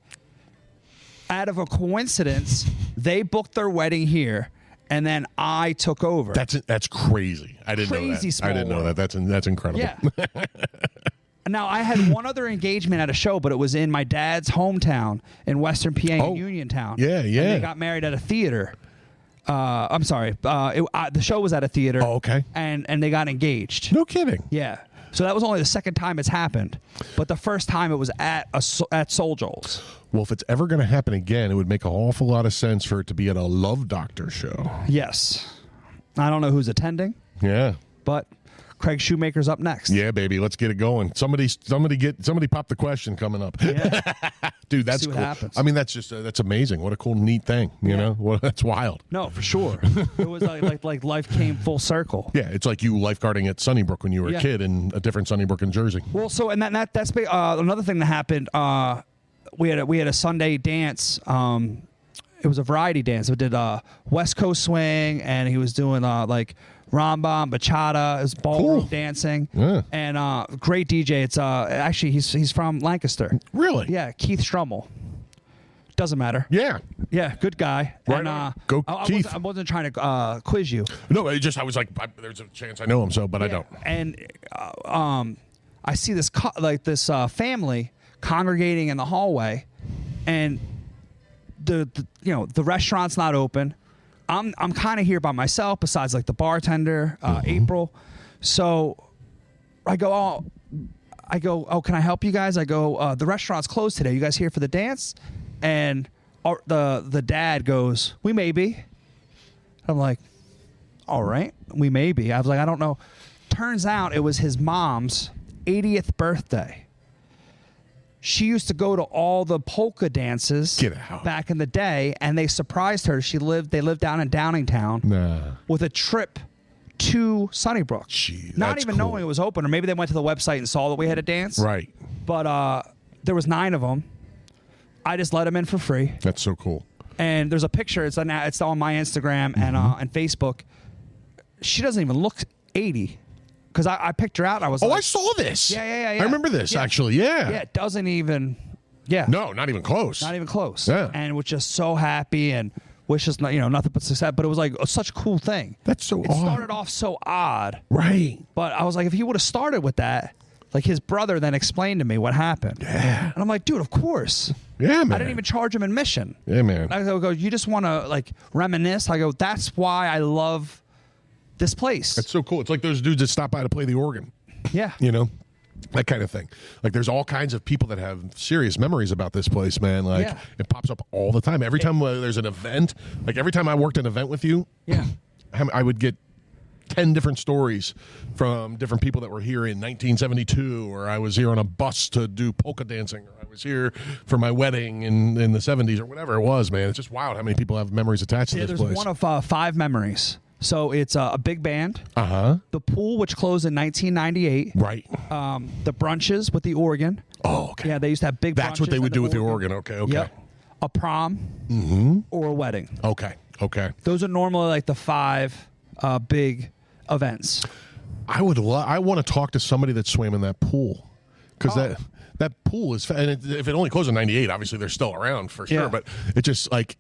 Speaker 4: Out of a coincidence, they booked their wedding here and then I took over.
Speaker 3: That's that's crazy. I didn't know that.
Speaker 4: Crazy
Speaker 3: I didn't
Speaker 4: small
Speaker 3: know that. That's that's incredible.
Speaker 4: yeah. now I had one other engagement at a show, but it was in my dad's hometown in Western PA
Speaker 3: Oh.
Speaker 4: in Uniontown.
Speaker 3: Yeah,
Speaker 4: And
Speaker 3: yeah.
Speaker 4: they got married at a theater. Uh, I'm sorry. Uh, it, uh, the show was at a theater.
Speaker 3: Oh, okay.
Speaker 4: And and they got engaged.
Speaker 3: No kidding.
Speaker 4: Yeah. So that was only the second time it's happened, but the first time it was at a so- at Soul Joel's.
Speaker 3: Well, if it's ever going to happen again, it would make an awful lot of sense for it to be at a Love Doctor show.
Speaker 4: Yes. I don't know who's attending,
Speaker 3: Yeah.
Speaker 4: but Craig Shoemaker's up next.
Speaker 3: Yeah, baby, let's get it going. Somebody, somebody, get somebody. Pop the question coming up,
Speaker 4: Yeah.
Speaker 3: dude. That's
Speaker 4: See what
Speaker 3: cool.
Speaker 4: happens.
Speaker 3: I mean, that's just uh, that's amazing. What a cool, neat thing. You know, well, that's wild.
Speaker 4: No, for sure. it was like, like like life came full circle.
Speaker 3: Yeah, it's like you lifeguarding at Sunnybrook when you were a
Speaker 4: Yeah.
Speaker 3: kid in a different Sunnybrook in Jersey.
Speaker 4: Well, so and that, that that's big, uh, another thing that happened. Uh, we had a, we had a Sunday dance. Um, it was a variety dance. We did uh, West Coast swing, and he was doing uh, like Rambam, bachata, it was ballroom
Speaker 3: Cool.
Speaker 4: dancing,
Speaker 3: Yeah.
Speaker 4: and uh, great DJ. It's uh, actually he's he's from Lancaster.
Speaker 3: Really?
Speaker 4: Yeah, Keith Strummel. Doesn't matter.
Speaker 3: Yeah.
Speaker 4: Yeah, good guy.
Speaker 3: Right
Speaker 4: and,
Speaker 3: on.
Speaker 4: uh,
Speaker 3: Go,
Speaker 4: I, I
Speaker 3: Keith.
Speaker 4: Wasn't, I wasn't trying to uh, quiz you.
Speaker 3: No, it just I was like, I, there's a chance I know him, so but I
Speaker 4: Yeah,
Speaker 3: don't.
Speaker 4: And uh, um, I see this co- like this uh, family congregating in the hallway, and the, the you know the restaurant's not open. I'm I'm kind of here by myself, besides like the bartender, uh,
Speaker 3: Mm-hmm.
Speaker 4: April. So I go, oh, I go, oh, can I help you guys? I go, uh, the restaurant's closed today. You guys here for the dance? And our, the the dad goes, we may be. I'm like, all right, we may be. I was like, I don't know. Turns out it was his mom's 80th birthday. She used to go to all the polka dances
Speaker 3: Get out.
Speaker 4: back in the day, and they surprised her. She lived, they lived down in Downingtown
Speaker 3: Nah.
Speaker 4: with a trip to Sunnybrook.
Speaker 3: Gee,
Speaker 4: Not
Speaker 3: that's
Speaker 4: even
Speaker 3: cool.
Speaker 4: knowing it was open, or maybe they went to the website and saw that we had a dance.
Speaker 3: Right.
Speaker 4: But uh, there was nine of them. I just let them in for free,
Speaker 3: That's so cool.
Speaker 4: and there's a picture. It's on it's on my Instagram and uh,
Speaker 3: Mm-hmm.
Speaker 4: and Facebook. She doesn't even look 80 because I, I picked her out. And I was
Speaker 3: Oh,
Speaker 4: like,
Speaker 3: I saw this.
Speaker 4: Yeah, yeah, yeah, yeah.
Speaker 3: I remember this
Speaker 4: Yeah.
Speaker 3: actually. Yeah.
Speaker 4: yeah, it doesn't even, yeah,
Speaker 3: No, not even close.
Speaker 4: not even close.
Speaker 3: Yeah.
Speaker 4: and was just so happy and wishes no- you know nothing but success. But it was like such a cool thing.
Speaker 3: That's so
Speaker 4: it
Speaker 3: odd.
Speaker 4: started off so odd.
Speaker 3: Right.
Speaker 4: But I was like, if he would have started with that, like his brother then explained to me what happened. Yeah. And I'm like, dude, of course.
Speaker 3: Yeah, man.
Speaker 4: I didn't even charge him admission.
Speaker 3: Yeah, man.
Speaker 4: I go, you just want to like reminisce. I go, that's why I love this place.
Speaker 3: It's so cool. It's like those dudes that stop by to play the organ,
Speaker 4: yeah.
Speaker 3: you know? That kind of thing. Like, there's all kinds of people that have serious memories about this place, man. Like,
Speaker 4: Yeah.
Speaker 3: it pops up all the time. Every time uh, there's an event, like, every time I worked an event with you,
Speaker 4: Yeah.
Speaker 3: I I would get 10 different stories from different people that were here in 1972 or I was here on a bus to do polka dancing or I was here for my wedding in, in the 70s or whatever it was man it's just wild how many people have memories attached to
Speaker 4: Yeah,
Speaker 3: this
Speaker 4: there's
Speaker 3: place
Speaker 4: one of uh, five memories. So it's uh, a big band,
Speaker 3: uh-huh
Speaker 4: the pool, which closed in 1998,
Speaker 3: right
Speaker 4: um, the brunches with the organ.
Speaker 3: oh okay
Speaker 4: Yeah, they used to have big
Speaker 3: that's what
Speaker 4: brunches
Speaker 3: they
Speaker 4: and
Speaker 3: would do with the organ okay okay Mm-hmm.
Speaker 4: Yep. A prom or a wedding.
Speaker 3: okay okay
Speaker 4: Those are normally like the five uh, big events.
Speaker 3: I would. Lo- I want to talk to somebody that swam in that pool because
Speaker 4: Oh.
Speaker 3: that that pool is. fa- And it, if it only closed in '98, obviously they're still around for sure.
Speaker 4: Yeah.
Speaker 3: But it just like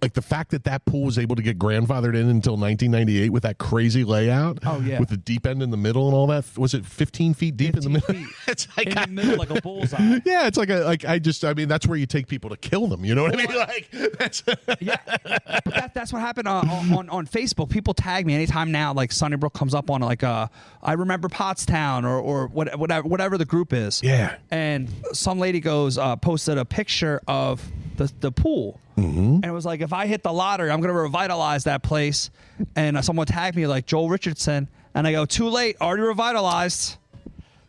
Speaker 3: like the fact that that pool was able to get grandfathered in until 1998 with that crazy layout.
Speaker 4: Oh, yeah.
Speaker 3: with the deep end in the middle and all that. Was it 15 feet deep in the
Speaker 4: 15
Speaker 3: middle?
Speaker 4: feet.
Speaker 3: it's like.
Speaker 4: In the middle, like a bullseye.
Speaker 3: yeah, it's like a like I just I mean that's where you take people to kill them. You know what I mean? Like that's
Speaker 4: Yeah, but that, that's what happened uh, on, on on Facebook. People tag me anytime now. Like Sunnybrook comes up on like uh, I remember Pottstown or or what, whatever whatever the group is.
Speaker 3: Yeah.
Speaker 4: And some lady goes uh, posted a picture of the the pool, and it was like if I hit the lottery, I'm gonna revitalize that place. And uh, someone tagged me like Joel Richardson. and And I go, too late, already revitalized.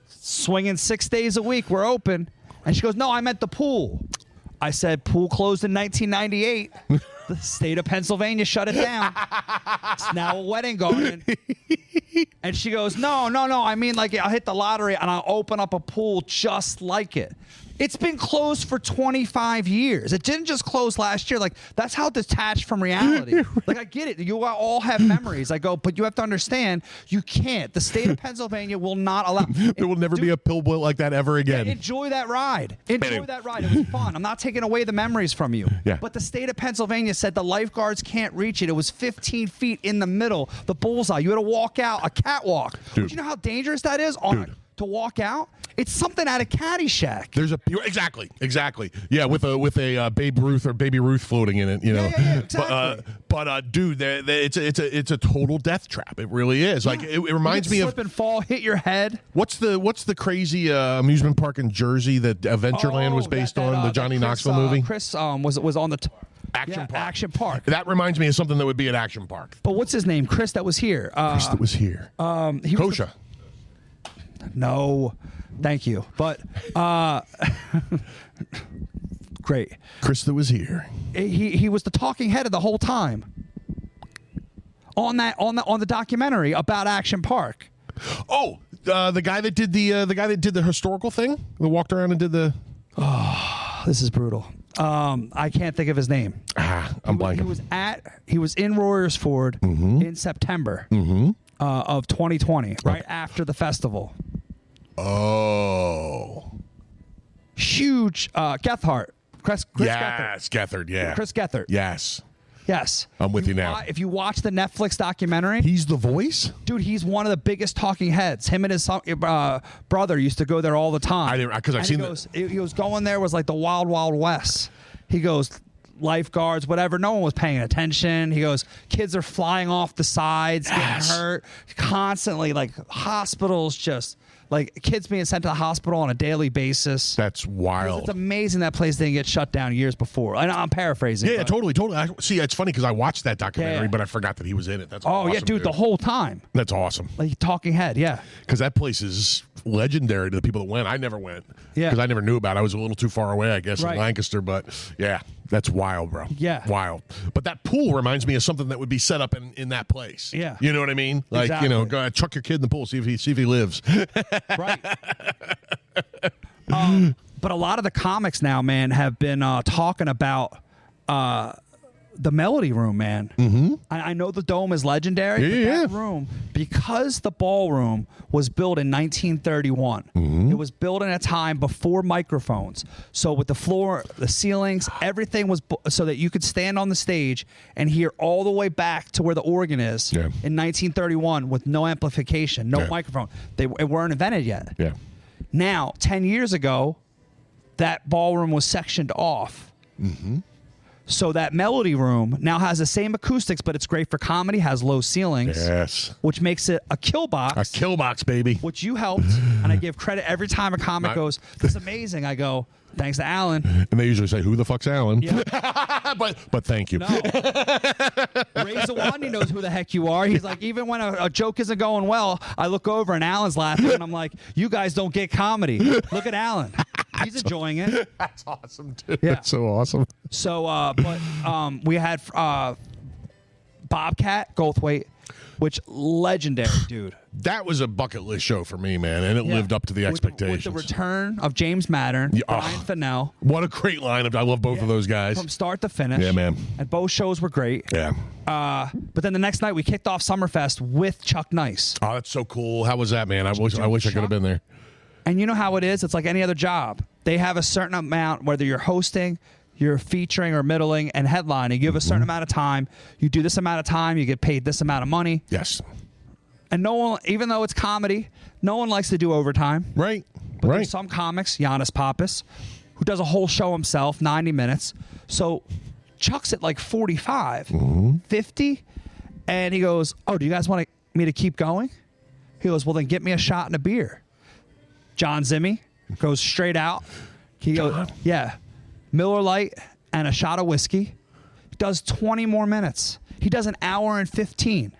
Speaker 4: Swinging six days a week, we're open. And she goes, no, I'm at the pool. I said, pool closed in 1998. the state of Pennsylvania shut it down. it's now a wedding garden. and she goes, no, no, no. I mean, like, I'll hit the lottery and I'll open up a pool just like it. It's been closed for 25 years. It didn't just close last year. Like, that's how detached from reality. like, I get it. You all have memories. I go, but you have to understand, you can't. The state of Pennsylvania will not allow.
Speaker 3: There will never be a pill boy like that ever again.
Speaker 4: Enjoy that ride. Enjoy
Speaker 3: Anyway.
Speaker 4: that ride. It was fun. I'm not taking away the memories from you.
Speaker 3: Yeah.
Speaker 4: But the state of Pennsylvania said the lifeguards can't reach it. It was 15 feet in the middle, the bullseye. You had to walk out, a catwalk.
Speaker 3: Dude.
Speaker 4: But you know how dangerous that is on
Speaker 3: Dude.
Speaker 4: to walk out? It's something out of Caddyshack.
Speaker 3: There's a you're- exactly, exactly, yeah, with a with a uh, Babe Ruth or Baby Ruth floating in it, you know.
Speaker 4: yeah, yeah,
Speaker 3: But uh,
Speaker 4: exactly.
Speaker 3: but uh, dude, there there- it's a, it's a it's a total death trap. It really is. Like it, it reminds
Speaker 4: you could
Speaker 3: me
Speaker 4: slip
Speaker 3: of
Speaker 4: and fall, hit your head.
Speaker 3: what's the what's the crazy uh, amusement park in Jersey that Adventureland was
Speaker 4: Oh,
Speaker 3: based
Speaker 4: that- that,
Speaker 3: on
Speaker 4: uh,
Speaker 3: the
Speaker 4: that
Speaker 3: Johnny
Speaker 4: Chris,
Speaker 3: Knoxville
Speaker 4: uh,
Speaker 3: movie.
Speaker 4: Chris um, was was on the t-
Speaker 3: Action
Speaker 4: yeah,
Speaker 3: Park.
Speaker 4: Action Park. Uh,
Speaker 3: That reminds me of something that would be at Action Park.
Speaker 4: But what's his name? Chris that was here. Uh,
Speaker 3: Chris that was here.
Speaker 4: um, he was the-
Speaker 3: Kosha.
Speaker 4: No, thank you. But uh, great.
Speaker 3: Chris that was here.
Speaker 4: He he was the talking head of the whole time on that on the on the documentary about Action Park.
Speaker 3: Oh, uh, the guy that did the uh, the guy that did the historical thing, that walked around and did the.
Speaker 4: This is brutal. Um, I can't think of his name.
Speaker 3: Ah, I'm
Speaker 4: He
Speaker 3: blanking.
Speaker 4: was at he was in Royersford
Speaker 3: Mm-hmm.
Speaker 4: in September uh, of 2020, right after the festival.
Speaker 3: oh.
Speaker 4: Huge uh, Gethart, Chris, Chris Gethart.
Speaker 3: yes, Gethard. Yeah,
Speaker 4: Chris Gethard.
Speaker 3: Yes,
Speaker 4: Yes,
Speaker 3: I'm with you now.
Speaker 4: wa- if you watch the Netflix documentary,
Speaker 3: he's the voice.
Speaker 4: dude, he's one of the biggest talking heads. Him and his son- uh, brother used to go there all the time.
Speaker 3: I didn't- 'cause I've
Speaker 4: And
Speaker 3: seen
Speaker 4: he
Speaker 3: the-
Speaker 4: goes, he- he was going there was like the wild, wild west. He goes lifeguards, whatever. No one was paying attention. He goes, kids are flying off the sides,
Speaker 3: Yes.
Speaker 4: getting hurt constantly. Like hospitals, just like kids being sent to the hospital on a daily basis.
Speaker 3: That's wild.
Speaker 4: it's amazing that place didn't get shut down years before. And I'm paraphrasing.
Speaker 3: yeah, yeah,
Speaker 4: but-
Speaker 3: totally, totally. I, see, it's funny because I watched that documentary,
Speaker 4: Yeah, yeah.
Speaker 3: but I forgot that he was in it. That's
Speaker 4: Oh
Speaker 3: awesome,
Speaker 4: yeah, dude, the whole time.
Speaker 3: that's awesome
Speaker 4: Like talking head, yeah.
Speaker 3: because that place is legendary to the people that went. I never went,
Speaker 4: Yeah.
Speaker 3: because I never knew about. it. I was a little too far away, I guess,
Speaker 4: Right.
Speaker 3: in Lancaster. But yeah, that's wild, bro.
Speaker 4: Yeah.
Speaker 3: wild. But that pool reminds me of something that would be set up in, in that place.
Speaker 4: Yeah.
Speaker 3: you know what I mean? Like you know,
Speaker 4: Exactly.
Speaker 3: go, uh, chuck your kid in the pool, see if he see if he lives.
Speaker 4: right. Um, but a lot of the comics now, man, have been uh, talking about uh, the Melody Room, man. Mm-hmm. I, I know the dome is legendary.
Speaker 3: Yeah,
Speaker 4: but
Speaker 3: yeah,
Speaker 4: That
Speaker 3: yeah.
Speaker 4: room, because the ballroom was built in 1931.
Speaker 3: Mm-hmm.
Speaker 4: It was built in a time before microphones. So with the floor, the ceilings, everything was bu- so that you could stand on the stage and hear all the way back to where the organ is
Speaker 3: Yeah.
Speaker 4: in 1931 with no amplification, no
Speaker 3: Yeah.
Speaker 4: microphone. They w- weren't invented yet.
Speaker 3: yeah,
Speaker 4: Now, 10 years ago, that ballroom was sectioned off.
Speaker 3: Mm-hmm.
Speaker 4: So that melody room now has the same acoustics, but it's great for comedy, has low ceilings,
Speaker 3: yes,
Speaker 4: which makes it a kill
Speaker 3: a
Speaker 4: box.
Speaker 3: kill box, baby.
Speaker 4: which you helped, and I give credit every time a comic
Speaker 3: Not-
Speaker 4: goes, "This is amazing." I go, "Thanks to Alan."
Speaker 3: And they usually say, "Who the fuck's Alan?" but but thank you.
Speaker 4: No, Ray Zawandi knows who the heck you are. He's like, even when a, a joke isn't going well, I look over and Alan's laughing, and I'm like, "You guys don't get comedy. Look at Alan; he's enjoying it."
Speaker 3: That's awesome, dude.
Speaker 4: Yeah.
Speaker 3: That's so awesome.
Speaker 4: So, uh, but um, we had uh, Bobcat Goldthwait, which legendary dude.
Speaker 3: That was a bucket list show for me, man, and it lived up to the
Speaker 4: With-
Speaker 3: expectations.
Speaker 4: With, the return of James Mattern,
Speaker 3: Yeah, oh.
Speaker 4: Brian Fennell,
Speaker 3: what a great lineup! I love both of those guys.
Speaker 4: from start to finish.
Speaker 3: Yeah, man.
Speaker 4: And both shows were great.
Speaker 3: yeah.
Speaker 4: Uh, but then the next night we kicked off Summerfest with Chuck Nice.
Speaker 3: Oh, that's so cool. How was that, man? I wish I wish I could have been there.
Speaker 4: And you know how it is? It's like any other job. They have a certain amount, whether you're hosting, you're featuring or middling and headlining, you have a
Speaker 3: Mm-hmm.
Speaker 4: certain amount of time. You do this amount of time, you get paid this amount of money.
Speaker 3: Yes.
Speaker 4: And no one, even though it's comedy, no one likes to do overtime.
Speaker 3: Right.
Speaker 4: But
Speaker 3: right.
Speaker 4: there's some comics, Giannis Pappas, who does a whole show himself, 90 minutes. So Chuck's at like 45,
Speaker 3: Mm-hmm.
Speaker 4: 50. And he goes, Oh, do you guys want to- me to keep going? He goes, Well, then get me a shot and a beer. John Zimmy goes straight out. He goes,
Speaker 3: John?
Speaker 4: Yeah, Miller Light and a shot of whiskey. Does 20 more minutes. He does an hour and 15.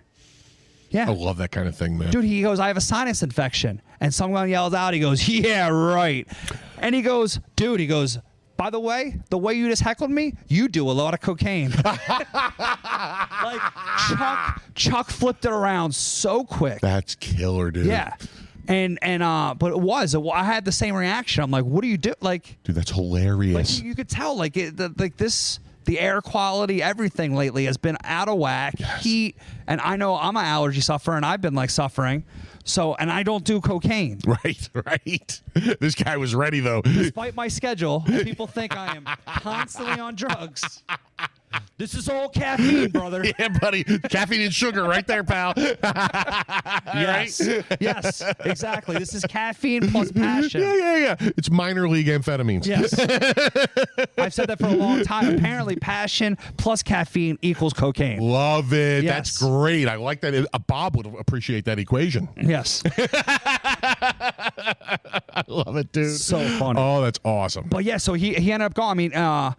Speaker 4: Yeah.
Speaker 3: I love that kind of thing, man.
Speaker 4: dude, he goes, I have a sinus infection. And someone yells out, he goes, yeah, right. And he goes, dude, he goes, by the way, the way you just heckled me, you do a lot of cocaine. like Chuck, Chuck flipped it around so quick.
Speaker 3: That's killer, dude.
Speaker 4: Yeah. And, and, uh, but it was, I had the same reaction. I'm like, what do you do? Like,
Speaker 3: Dude, that's hilarious.
Speaker 4: you, you could tell like it, the, like this the air quality everything lately has been out of whack heat and i know i'm an allergy sufferer and i've been like suffering so and i don't do cocaine
Speaker 3: Right, right. This guy was ready though.
Speaker 4: despite my schedule and people think i am constantly on drugs this is all caffeine brother
Speaker 3: Yeah, buddy. Caffeine and sugar right there, pal.
Speaker 4: yes yes exactly this is caffeine plus passion
Speaker 3: Yeah, yeah, yeah. It's minor league amphetamines.
Speaker 4: Yes. I've said that for a long time. Apparently, passion plus caffeine equals cocaine.
Speaker 3: Love it. That's
Speaker 4: Yes.
Speaker 3: great. I like that. Uh, Bob would appreciate that equation.
Speaker 4: Yes.
Speaker 3: I love it, dude.
Speaker 4: So funny.
Speaker 3: Oh, that's awesome.
Speaker 4: But yeah, so he he ended up going. I mean, uh,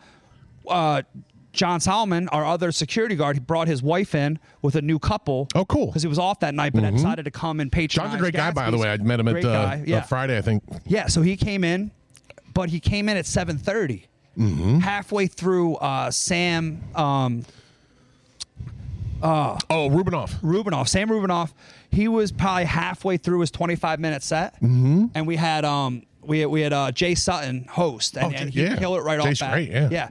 Speaker 4: uh, John Solomon, our other security guard, he brought his wife in with a new couple.
Speaker 3: Oh, cool. Mm-hmm.
Speaker 4: Because he was off that night, but decided to come and patronize.
Speaker 3: John's a great guy, by the
Speaker 4: Gatsby's.
Speaker 3: way. I met him at
Speaker 4: Great
Speaker 3: uh,
Speaker 4: guy, yeah.
Speaker 3: uh, Friday, I think.
Speaker 4: Yeah, so he came in, but he came in at seven
Speaker 3: Mm-hmm.
Speaker 4: Halfway through, uh, Sam um,
Speaker 3: Oh, Rubinoff.
Speaker 4: Rubinoff, Sam Rubinoff, he was probably halfway through his 25 minute set, mm-hmm. and we had um we had, we had uh, Jay Sutton host, and,
Speaker 3: Oh,
Speaker 4: and
Speaker 3: Jay-
Speaker 4: he
Speaker 3: yeah.
Speaker 4: killed it right
Speaker 3: Jay's
Speaker 4: off. bat.
Speaker 3: great, yeah.
Speaker 4: yeah.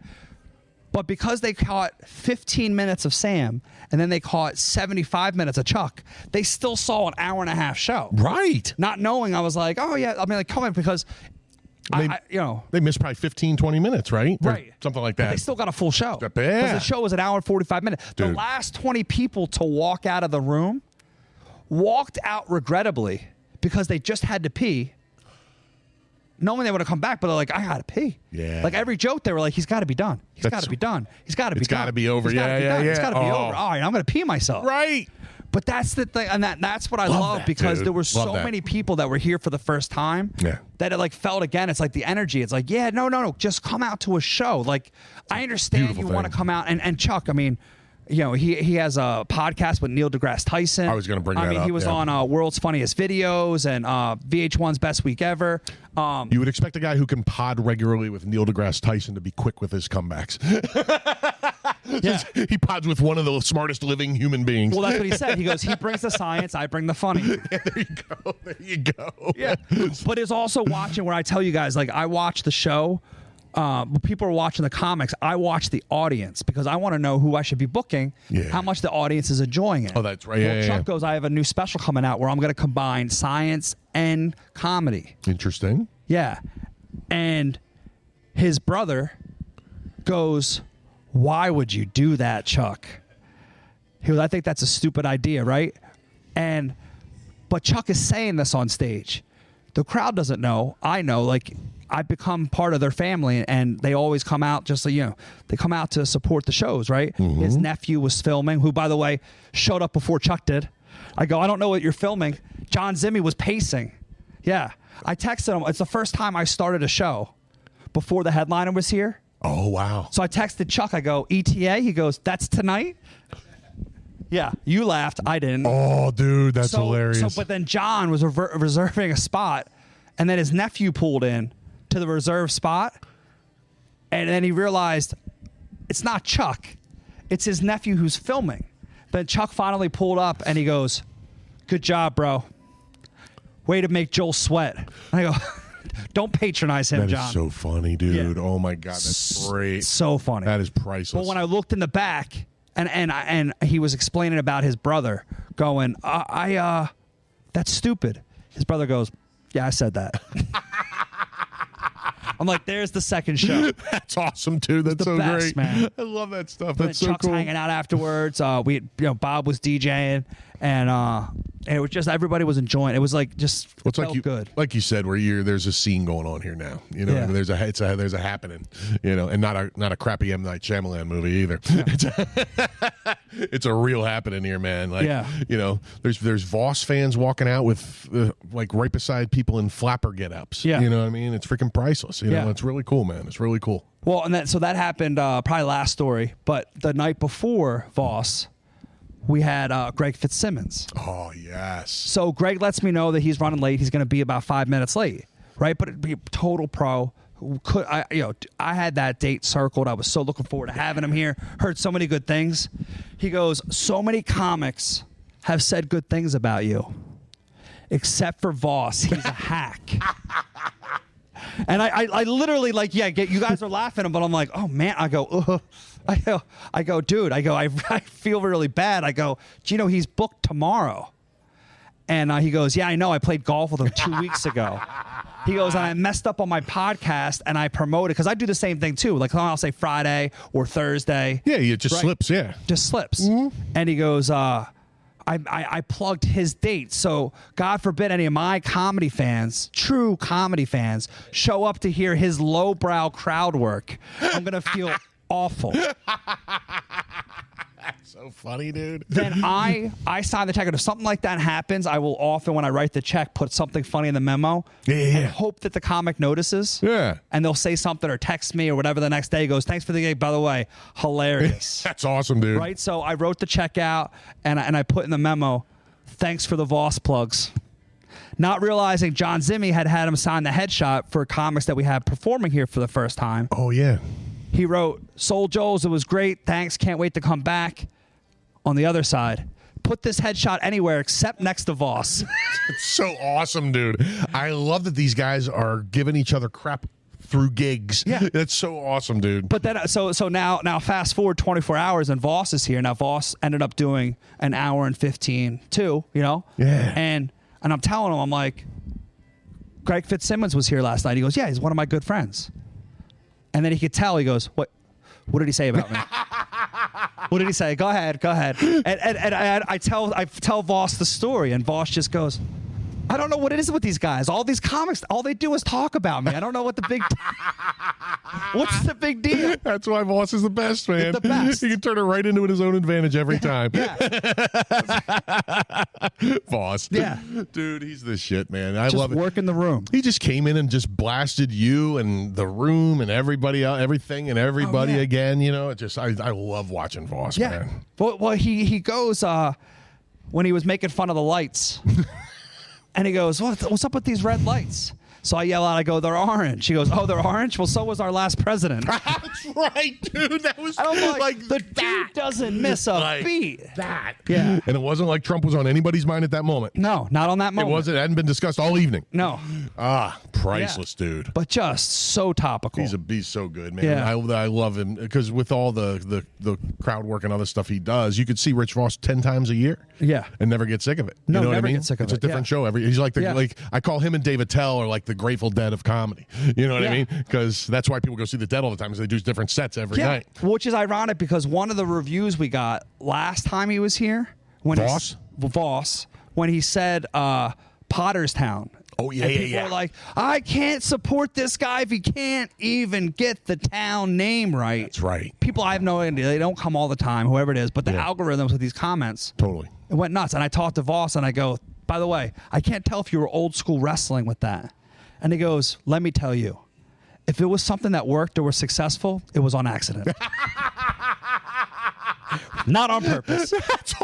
Speaker 4: But because they caught 15 minutes of Sam, and then they caught 75 minutes of Chuck, they still saw an hour and a half show.
Speaker 3: Right.
Speaker 4: Not knowing, I was like, oh yeah, I mean, like comment because, I,
Speaker 3: They-
Speaker 4: I- you know,
Speaker 3: They missed probably 15, 20 minutes, right? Or
Speaker 4: Right.
Speaker 3: something like
Speaker 4: They
Speaker 3: that.
Speaker 4: still got a full show.
Speaker 3: Yeah.
Speaker 4: Because the show was an hour and 45 minutes. The
Speaker 3: Dude.
Speaker 4: last 20 people to walk out of the room walked out regrettably because they just had to pee. Knowing they would have come back, but they're like, I gotta pee.
Speaker 3: Yeah.
Speaker 4: Like every joke, they were like, he's gotta be done. He's
Speaker 3: That's-
Speaker 4: gotta be done. He's gotta be
Speaker 3: It's
Speaker 4: done.
Speaker 3: gotta be over.
Speaker 4: He's gotta
Speaker 3: Yeah,
Speaker 4: be
Speaker 3: yeah,
Speaker 4: done. It's
Speaker 3: yeah.
Speaker 4: gotta be
Speaker 3: Oh.
Speaker 4: over. All right, I'm gonna pee myself.
Speaker 3: right.
Speaker 4: But that's the thing, and that, that's what I love,
Speaker 3: that,
Speaker 4: because
Speaker 3: dude.
Speaker 4: there were so
Speaker 3: Love that.
Speaker 4: many people that were here for the first time
Speaker 3: Yeah.
Speaker 4: that it like felt again. It's like the energy. It's like, yeah, no, no, no, just come out to a show. Like I understand
Speaker 3: beautiful
Speaker 4: you want to
Speaker 3: thing.
Speaker 4: come out, and and Chuck, I mean. You know, he he has a podcast with Neil deGrasse Tyson.
Speaker 3: I was gonna bring
Speaker 4: I
Speaker 3: that
Speaker 4: mean,
Speaker 3: up,
Speaker 4: he was
Speaker 3: yeah.
Speaker 4: on uh, World's Funniest Videos and uh, VH1's Best Week Ever. Um,
Speaker 3: You would expect a guy who can pod regularly with Neil deGrasse Tyson to be quick with his comebacks.
Speaker 4: yeah.
Speaker 3: he pods with one of the smartest living human beings.
Speaker 4: Well, that's what he said. He goes, he brings the science, I bring the funny.
Speaker 3: there you go. There you go.
Speaker 4: Yeah. but it's also watching where I tell you guys, like, I watch the show. Uh, but people are watching the comics. I watch the audience because I want to know who I should be booking,
Speaker 3: Yeah.
Speaker 4: how much the audience is enjoying it.
Speaker 3: Oh, that's right.
Speaker 4: Well,
Speaker 3: Yeah, yeah,
Speaker 4: Chuck
Speaker 3: yeah.
Speaker 4: goes, I have a new special coming out where I'm going to combine science and comedy.
Speaker 3: Interesting.
Speaker 4: Yeah. And his brother goes, Why would you do that, Chuck? He goes, I think that's a stupid idea, right? And, but Chuck is saying this on stage. The crowd doesn't know. I know. Like, I've become part of their family, and they always come out just so you know, they come out to support the shows, right? His nephew was filming, who, by the way, showed up before Chuck did. I go, I don't know what you're filming. John Zimmy was pacing. Yeah. I texted him. It's the first time I started a show before the headliner was here.
Speaker 3: Oh, wow.
Speaker 4: So I texted Chuck. I go, ETA? He goes, that's tonight? Yeah. You laughed. I didn't.
Speaker 3: Oh, dude, that's
Speaker 4: so,
Speaker 3: hilarious.
Speaker 4: So, but then John was rever- reserving a spot, and then his nephew pulled in to the reserve spot, and then he realized it's not Chuck, it's his nephew who's filming. Then Chuck finally pulled up, and he goes, "Good job, bro. Way to make Joel sweat." And I go, "Don't patronize him,
Speaker 3: that
Speaker 4: John."
Speaker 3: is so funny, dude.
Speaker 4: Yeah.
Speaker 3: Oh, my God. That's great.
Speaker 4: so funny.
Speaker 3: That is priceless.
Speaker 4: But when I looked in the back, and and I- and he was explaining about his brother going, I, I uh, that's stupid. His brother goes, Yeah, I said that. I'm like, there's the second show.
Speaker 3: that's awesome, dude. That's so
Speaker 4: best,
Speaker 3: great.
Speaker 4: man.
Speaker 3: I love that stuff.
Speaker 4: And
Speaker 3: That's so
Speaker 4: Chuck's
Speaker 3: cool.
Speaker 4: hanging out afterwards. Uh, we, had- you know, Bob was DJing, and uh, and it was just everybody was enjoying. It was like just
Speaker 3: Well,
Speaker 4: it
Speaker 3: it's like
Speaker 4: felt
Speaker 3: you,
Speaker 4: good.
Speaker 3: like you said, where you're there's a scene going on here now. You know, what I
Speaker 4: Yeah.
Speaker 3: mean? there's a it's a there's a happening. You know, and not a not a crappy M Night Shyamalan movie either. It's, a, it's a real happening here, man. Like,
Speaker 4: Yeah.
Speaker 3: you know, there's there's Voss fans walking out with uh, like right beside people in flapper get ups.
Speaker 4: Yeah.
Speaker 3: you know what I mean. It's freaking priceless. You know,
Speaker 4: Yeah.
Speaker 3: it's really cool, man. It's really cool.
Speaker 4: Well, and that so that happened uh, probably last story, but the night before Voss, we had uh, Greg Fitzsimmons.
Speaker 3: Oh yes.
Speaker 4: So Greg lets me know that he's running late. He's going to be about five minutes late, right? But it'd be total pro. Could I? You know, I had that date circled. I was so looking forward to having him here. Heard so many good things. He goes, so many comics have said good things about you, except for Voss. He's a hack. And I, I, I literally like, yeah, get, you guys are laughing, but I'm like, oh man, I go, Ugh. I go, I go, dude, I go, I, I feel really bad. I go, Gino, he's booked tomorrow. And uh, he goes, Yeah, I know. I played golf with him two weeks ago. He goes, And I messed up on my podcast and I promoted because I do the same thing too. Like I'll say Friday or Thursday,
Speaker 3: Yeah, it just
Speaker 4: Right.
Speaker 3: slips. Yeah.
Speaker 4: just slips. And he goes, uh, I, I, I plugged his date. So, God forbid any of my comedy fans, true comedy fans, show up to hear his lowbrow crowd work. I'm going to feel awful.
Speaker 3: So funny, dude.
Speaker 4: then I I sign the check. And if something like that happens, I will often when I write the check put something funny in the memo.
Speaker 3: Yeah, yeah,
Speaker 4: And
Speaker 3: yeah.
Speaker 4: hope that the comic notices.
Speaker 3: Yeah.
Speaker 4: And they'll say something or text me or whatever the next day goes, thanks for the gig, by the way. Hilarious.
Speaker 3: That's awesome, dude.
Speaker 4: right? So I wrote the check out and I, and I put in the memo, thanks for the Voss plugs. Not realizing John Zimmy had had him sign the headshot for comics that we had performing here for the first time.
Speaker 3: Oh yeah.
Speaker 4: He wrote, Soul Joel's, it was great. Thanks. Can't wait to come back. On the other side, put this headshot anywhere except next to Voss.
Speaker 3: It's so awesome, dude. I love that these guys are giving each other crap through gigs.
Speaker 4: Yeah.
Speaker 3: That's so awesome, dude.
Speaker 4: But then, uh, so so now now fast forward 24 hours and Voss is here. Now Voss ended up doing an hour and 15 too. You know.
Speaker 3: Yeah.
Speaker 4: And and I'm telling him, I'm like, Greg Fitzsimmons was here last night. He goes, yeah, he's one of my good friends. And then he could tell. He goes, what? What did he say about me? what did he say? Go ahead, go ahead. And and, and I, I tell I tell Voss the story, and Voss just goes. I don't know what it is with these guys. All these comics, all they do is talk about me. I don't know what the big. What's the big deal?
Speaker 3: That's why Voss is the best, man.
Speaker 4: The best.
Speaker 3: He can turn it right into his own advantage every time. Voss.
Speaker 4: Yeah.
Speaker 3: Dude, he's the shit, man. I
Speaker 4: Just
Speaker 3: love it.
Speaker 4: work in the room.
Speaker 3: He just came in and just blasted you and the room and everybody else, everything and everybody
Speaker 4: Oh, yeah.
Speaker 3: again. You know, it just I, I love watching Voss,
Speaker 4: Yeah.
Speaker 3: man.
Speaker 4: Well, well, he he goes uh, when he was making fun of the lights, and he goes, what, "What's up with these red lights?" So I yell out, "I go, they're orange." He goes, "Oh, they're orange." Well, so was our last president. I
Speaker 3: That's right, dude. That was
Speaker 4: don't like, the dude doesn't miss a
Speaker 3: Like
Speaker 4: beat.
Speaker 3: that.
Speaker 4: Yeah.
Speaker 3: And it wasn't like Trump was on anybody's mind at that moment.
Speaker 4: No, not on that
Speaker 3: It
Speaker 4: moment.
Speaker 3: wasn't. It hadn't been discussed all evening.
Speaker 4: No,
Speaker 3: Ah, priceless, dude.
Speaker 4: but just so topical.
Speaker 3: He's a he's so good, man.
Speaker 4: Yeah.
Speaker 3: I, I love him because with all the, the the crowd work and other stuff he does, you could see Rich Voss ten times a year.
Speaker 4: Yeah.
Speaker 3: and never get sick of it.
Speaker 4: No,
Speaker 3: you know what
Speaker 4: never
Speaker 3: I mean?
Speaker 4: get sick of
Speaker 3: it's
Speaker 4: it,
Speaker 3: a different
Speaker 4: yeah.
Speaker 3: show every. He's like the
Speaker 4: Yeah.
Speaker 3: like I call him and David Tell are like the Grateful Dead of comedy. You know what I
Speaker 4: Yeah.
Speaker 3: mean? Because that's why people go see the Dead all the time. Is they do different sets every
Speaker 4: yeah,
Speaker 3: night.
Speaker 4: which is ironic because one of the reviews we got last time he was here when he s- Voss when he said uh, Potterstown.
Speaker 3: Oh, yeah,
Speaker 4: and
Speaker 3: yeah,
Speaker 4: people
Speaker 3: yeah.
Speaker 4: Were like I can't support this guy if he can't even get the town name right. That's
Speaker 3: right.
Speaker 4: People, I have no idea. They don't come all the time. Whoever it is, but the
Speaker 3: Yeah.
Speaker 4: algorithms with these comments
Speaker 3: Totally.
Speaker 4: it went nuts. And I talked to Voss and I go, by the way, I can't tell if you were old school wrestling with that. And he goes, let me tell you, if it was something that worked or was successful, it was on accident. Not on purpose.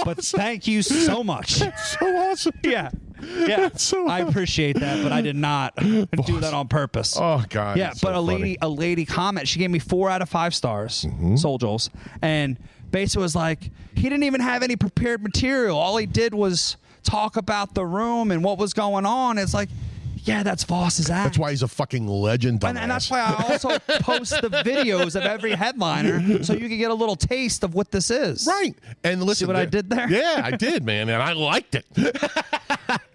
Speaker 4: But thank you so much.
Speaker 3: So awesome.
Speaker 4: Yeah. Yeah.
Speaker 3: so
Speaker 4: I
Speaker 3: awesome.
Speaker 4: appreciate that, but I did not do that on purpose.
Speaker 3: Oh God.
Speaker 4: Yeah,
Speaker 3: it's
Speaker 4: but
Speaker 3: so
Speaker 4: a lady,
Speaker 3: funny. Mm-hmm.
Speaker 4: a lady comment. She gave me four out of five stars, Soul Joel's, and basically was like, he didn't even have any prepared material. All he did was talk about the room and what was going on. It's like, yeah, that's Voss's act.
Speaker 3: That's why he's a fucking legend.
Speaker 4: And, and that's
Speaker 3: dumbass.
Speaker 4: why I also post the videos of every headliner so you can get a little taste of what this is.
Speaker 3: Right. And listen.
Speaker 4: what I did there?
Speaker 3: Yeah, I did, man, and I liked it.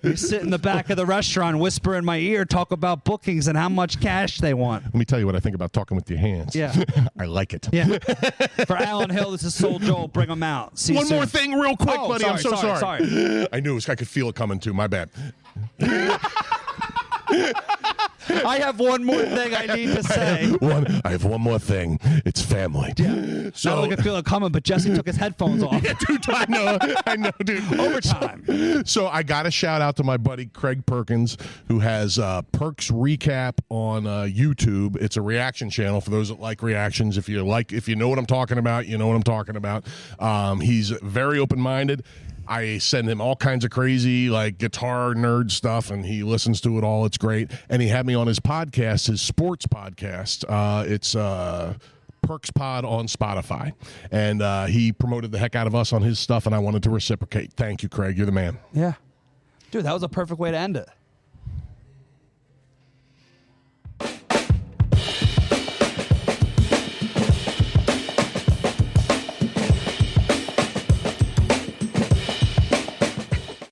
Speaker 4: You sit in the back of the restaurant, whisper in my ear, talk about bookings and how much cash they want.
Speaker 3: Let me tell you what I think about talking with your hands.
Speaker 4: Yeah.
Speaker 3: I like it.
Speaker 4: Yeah. For Alan Hill, this is Soul Joel. Bring them out. See you
Speaker 3: One more
Speaker 4: soon.
Speaker 3: thing, real quick,
Speaker 4: Oh,
Speaker 3: buddy. I'm so
Speaker 4: sorry,
Speaker 3: sorry.
Speaker 4: sorry,
Speaker 3: I knew it was, I could feel it coming too. My bad.
Speaker 4: I have one more thing I need to say.
Speaker 3: One, I have one more thing. It's family.
Speaker 4: Not
Speaker 3: So,
Speaker 4: like I feel it coming, but Jesse took his headphones off.
Speaker 3: dude, I know, I know, dude.
Speaker 4: Overtime.
Speaker 3: So, so I got to shout out to my buddy Craig Perkins, who has uh, Perks Recap on uh, YouTube. It's a reaction channel for those that like reactions. If you like, if you know what I'm talking about, you know what I'm talking about. Um, he's very open minded. I send him all kinds of crazy like guitar nerd stuff, and he listens to it all. It's great. And he had me on his podcast, his sports podcast. Uh, it's uh, Perks Pod on Spotify, and uh, he promoted the heck out of us on his stuff, and I wanted to reciprocate. Thank you, Craig. You're the man.
Speaker 4: yeah. Dude, that was a perfect way to end it.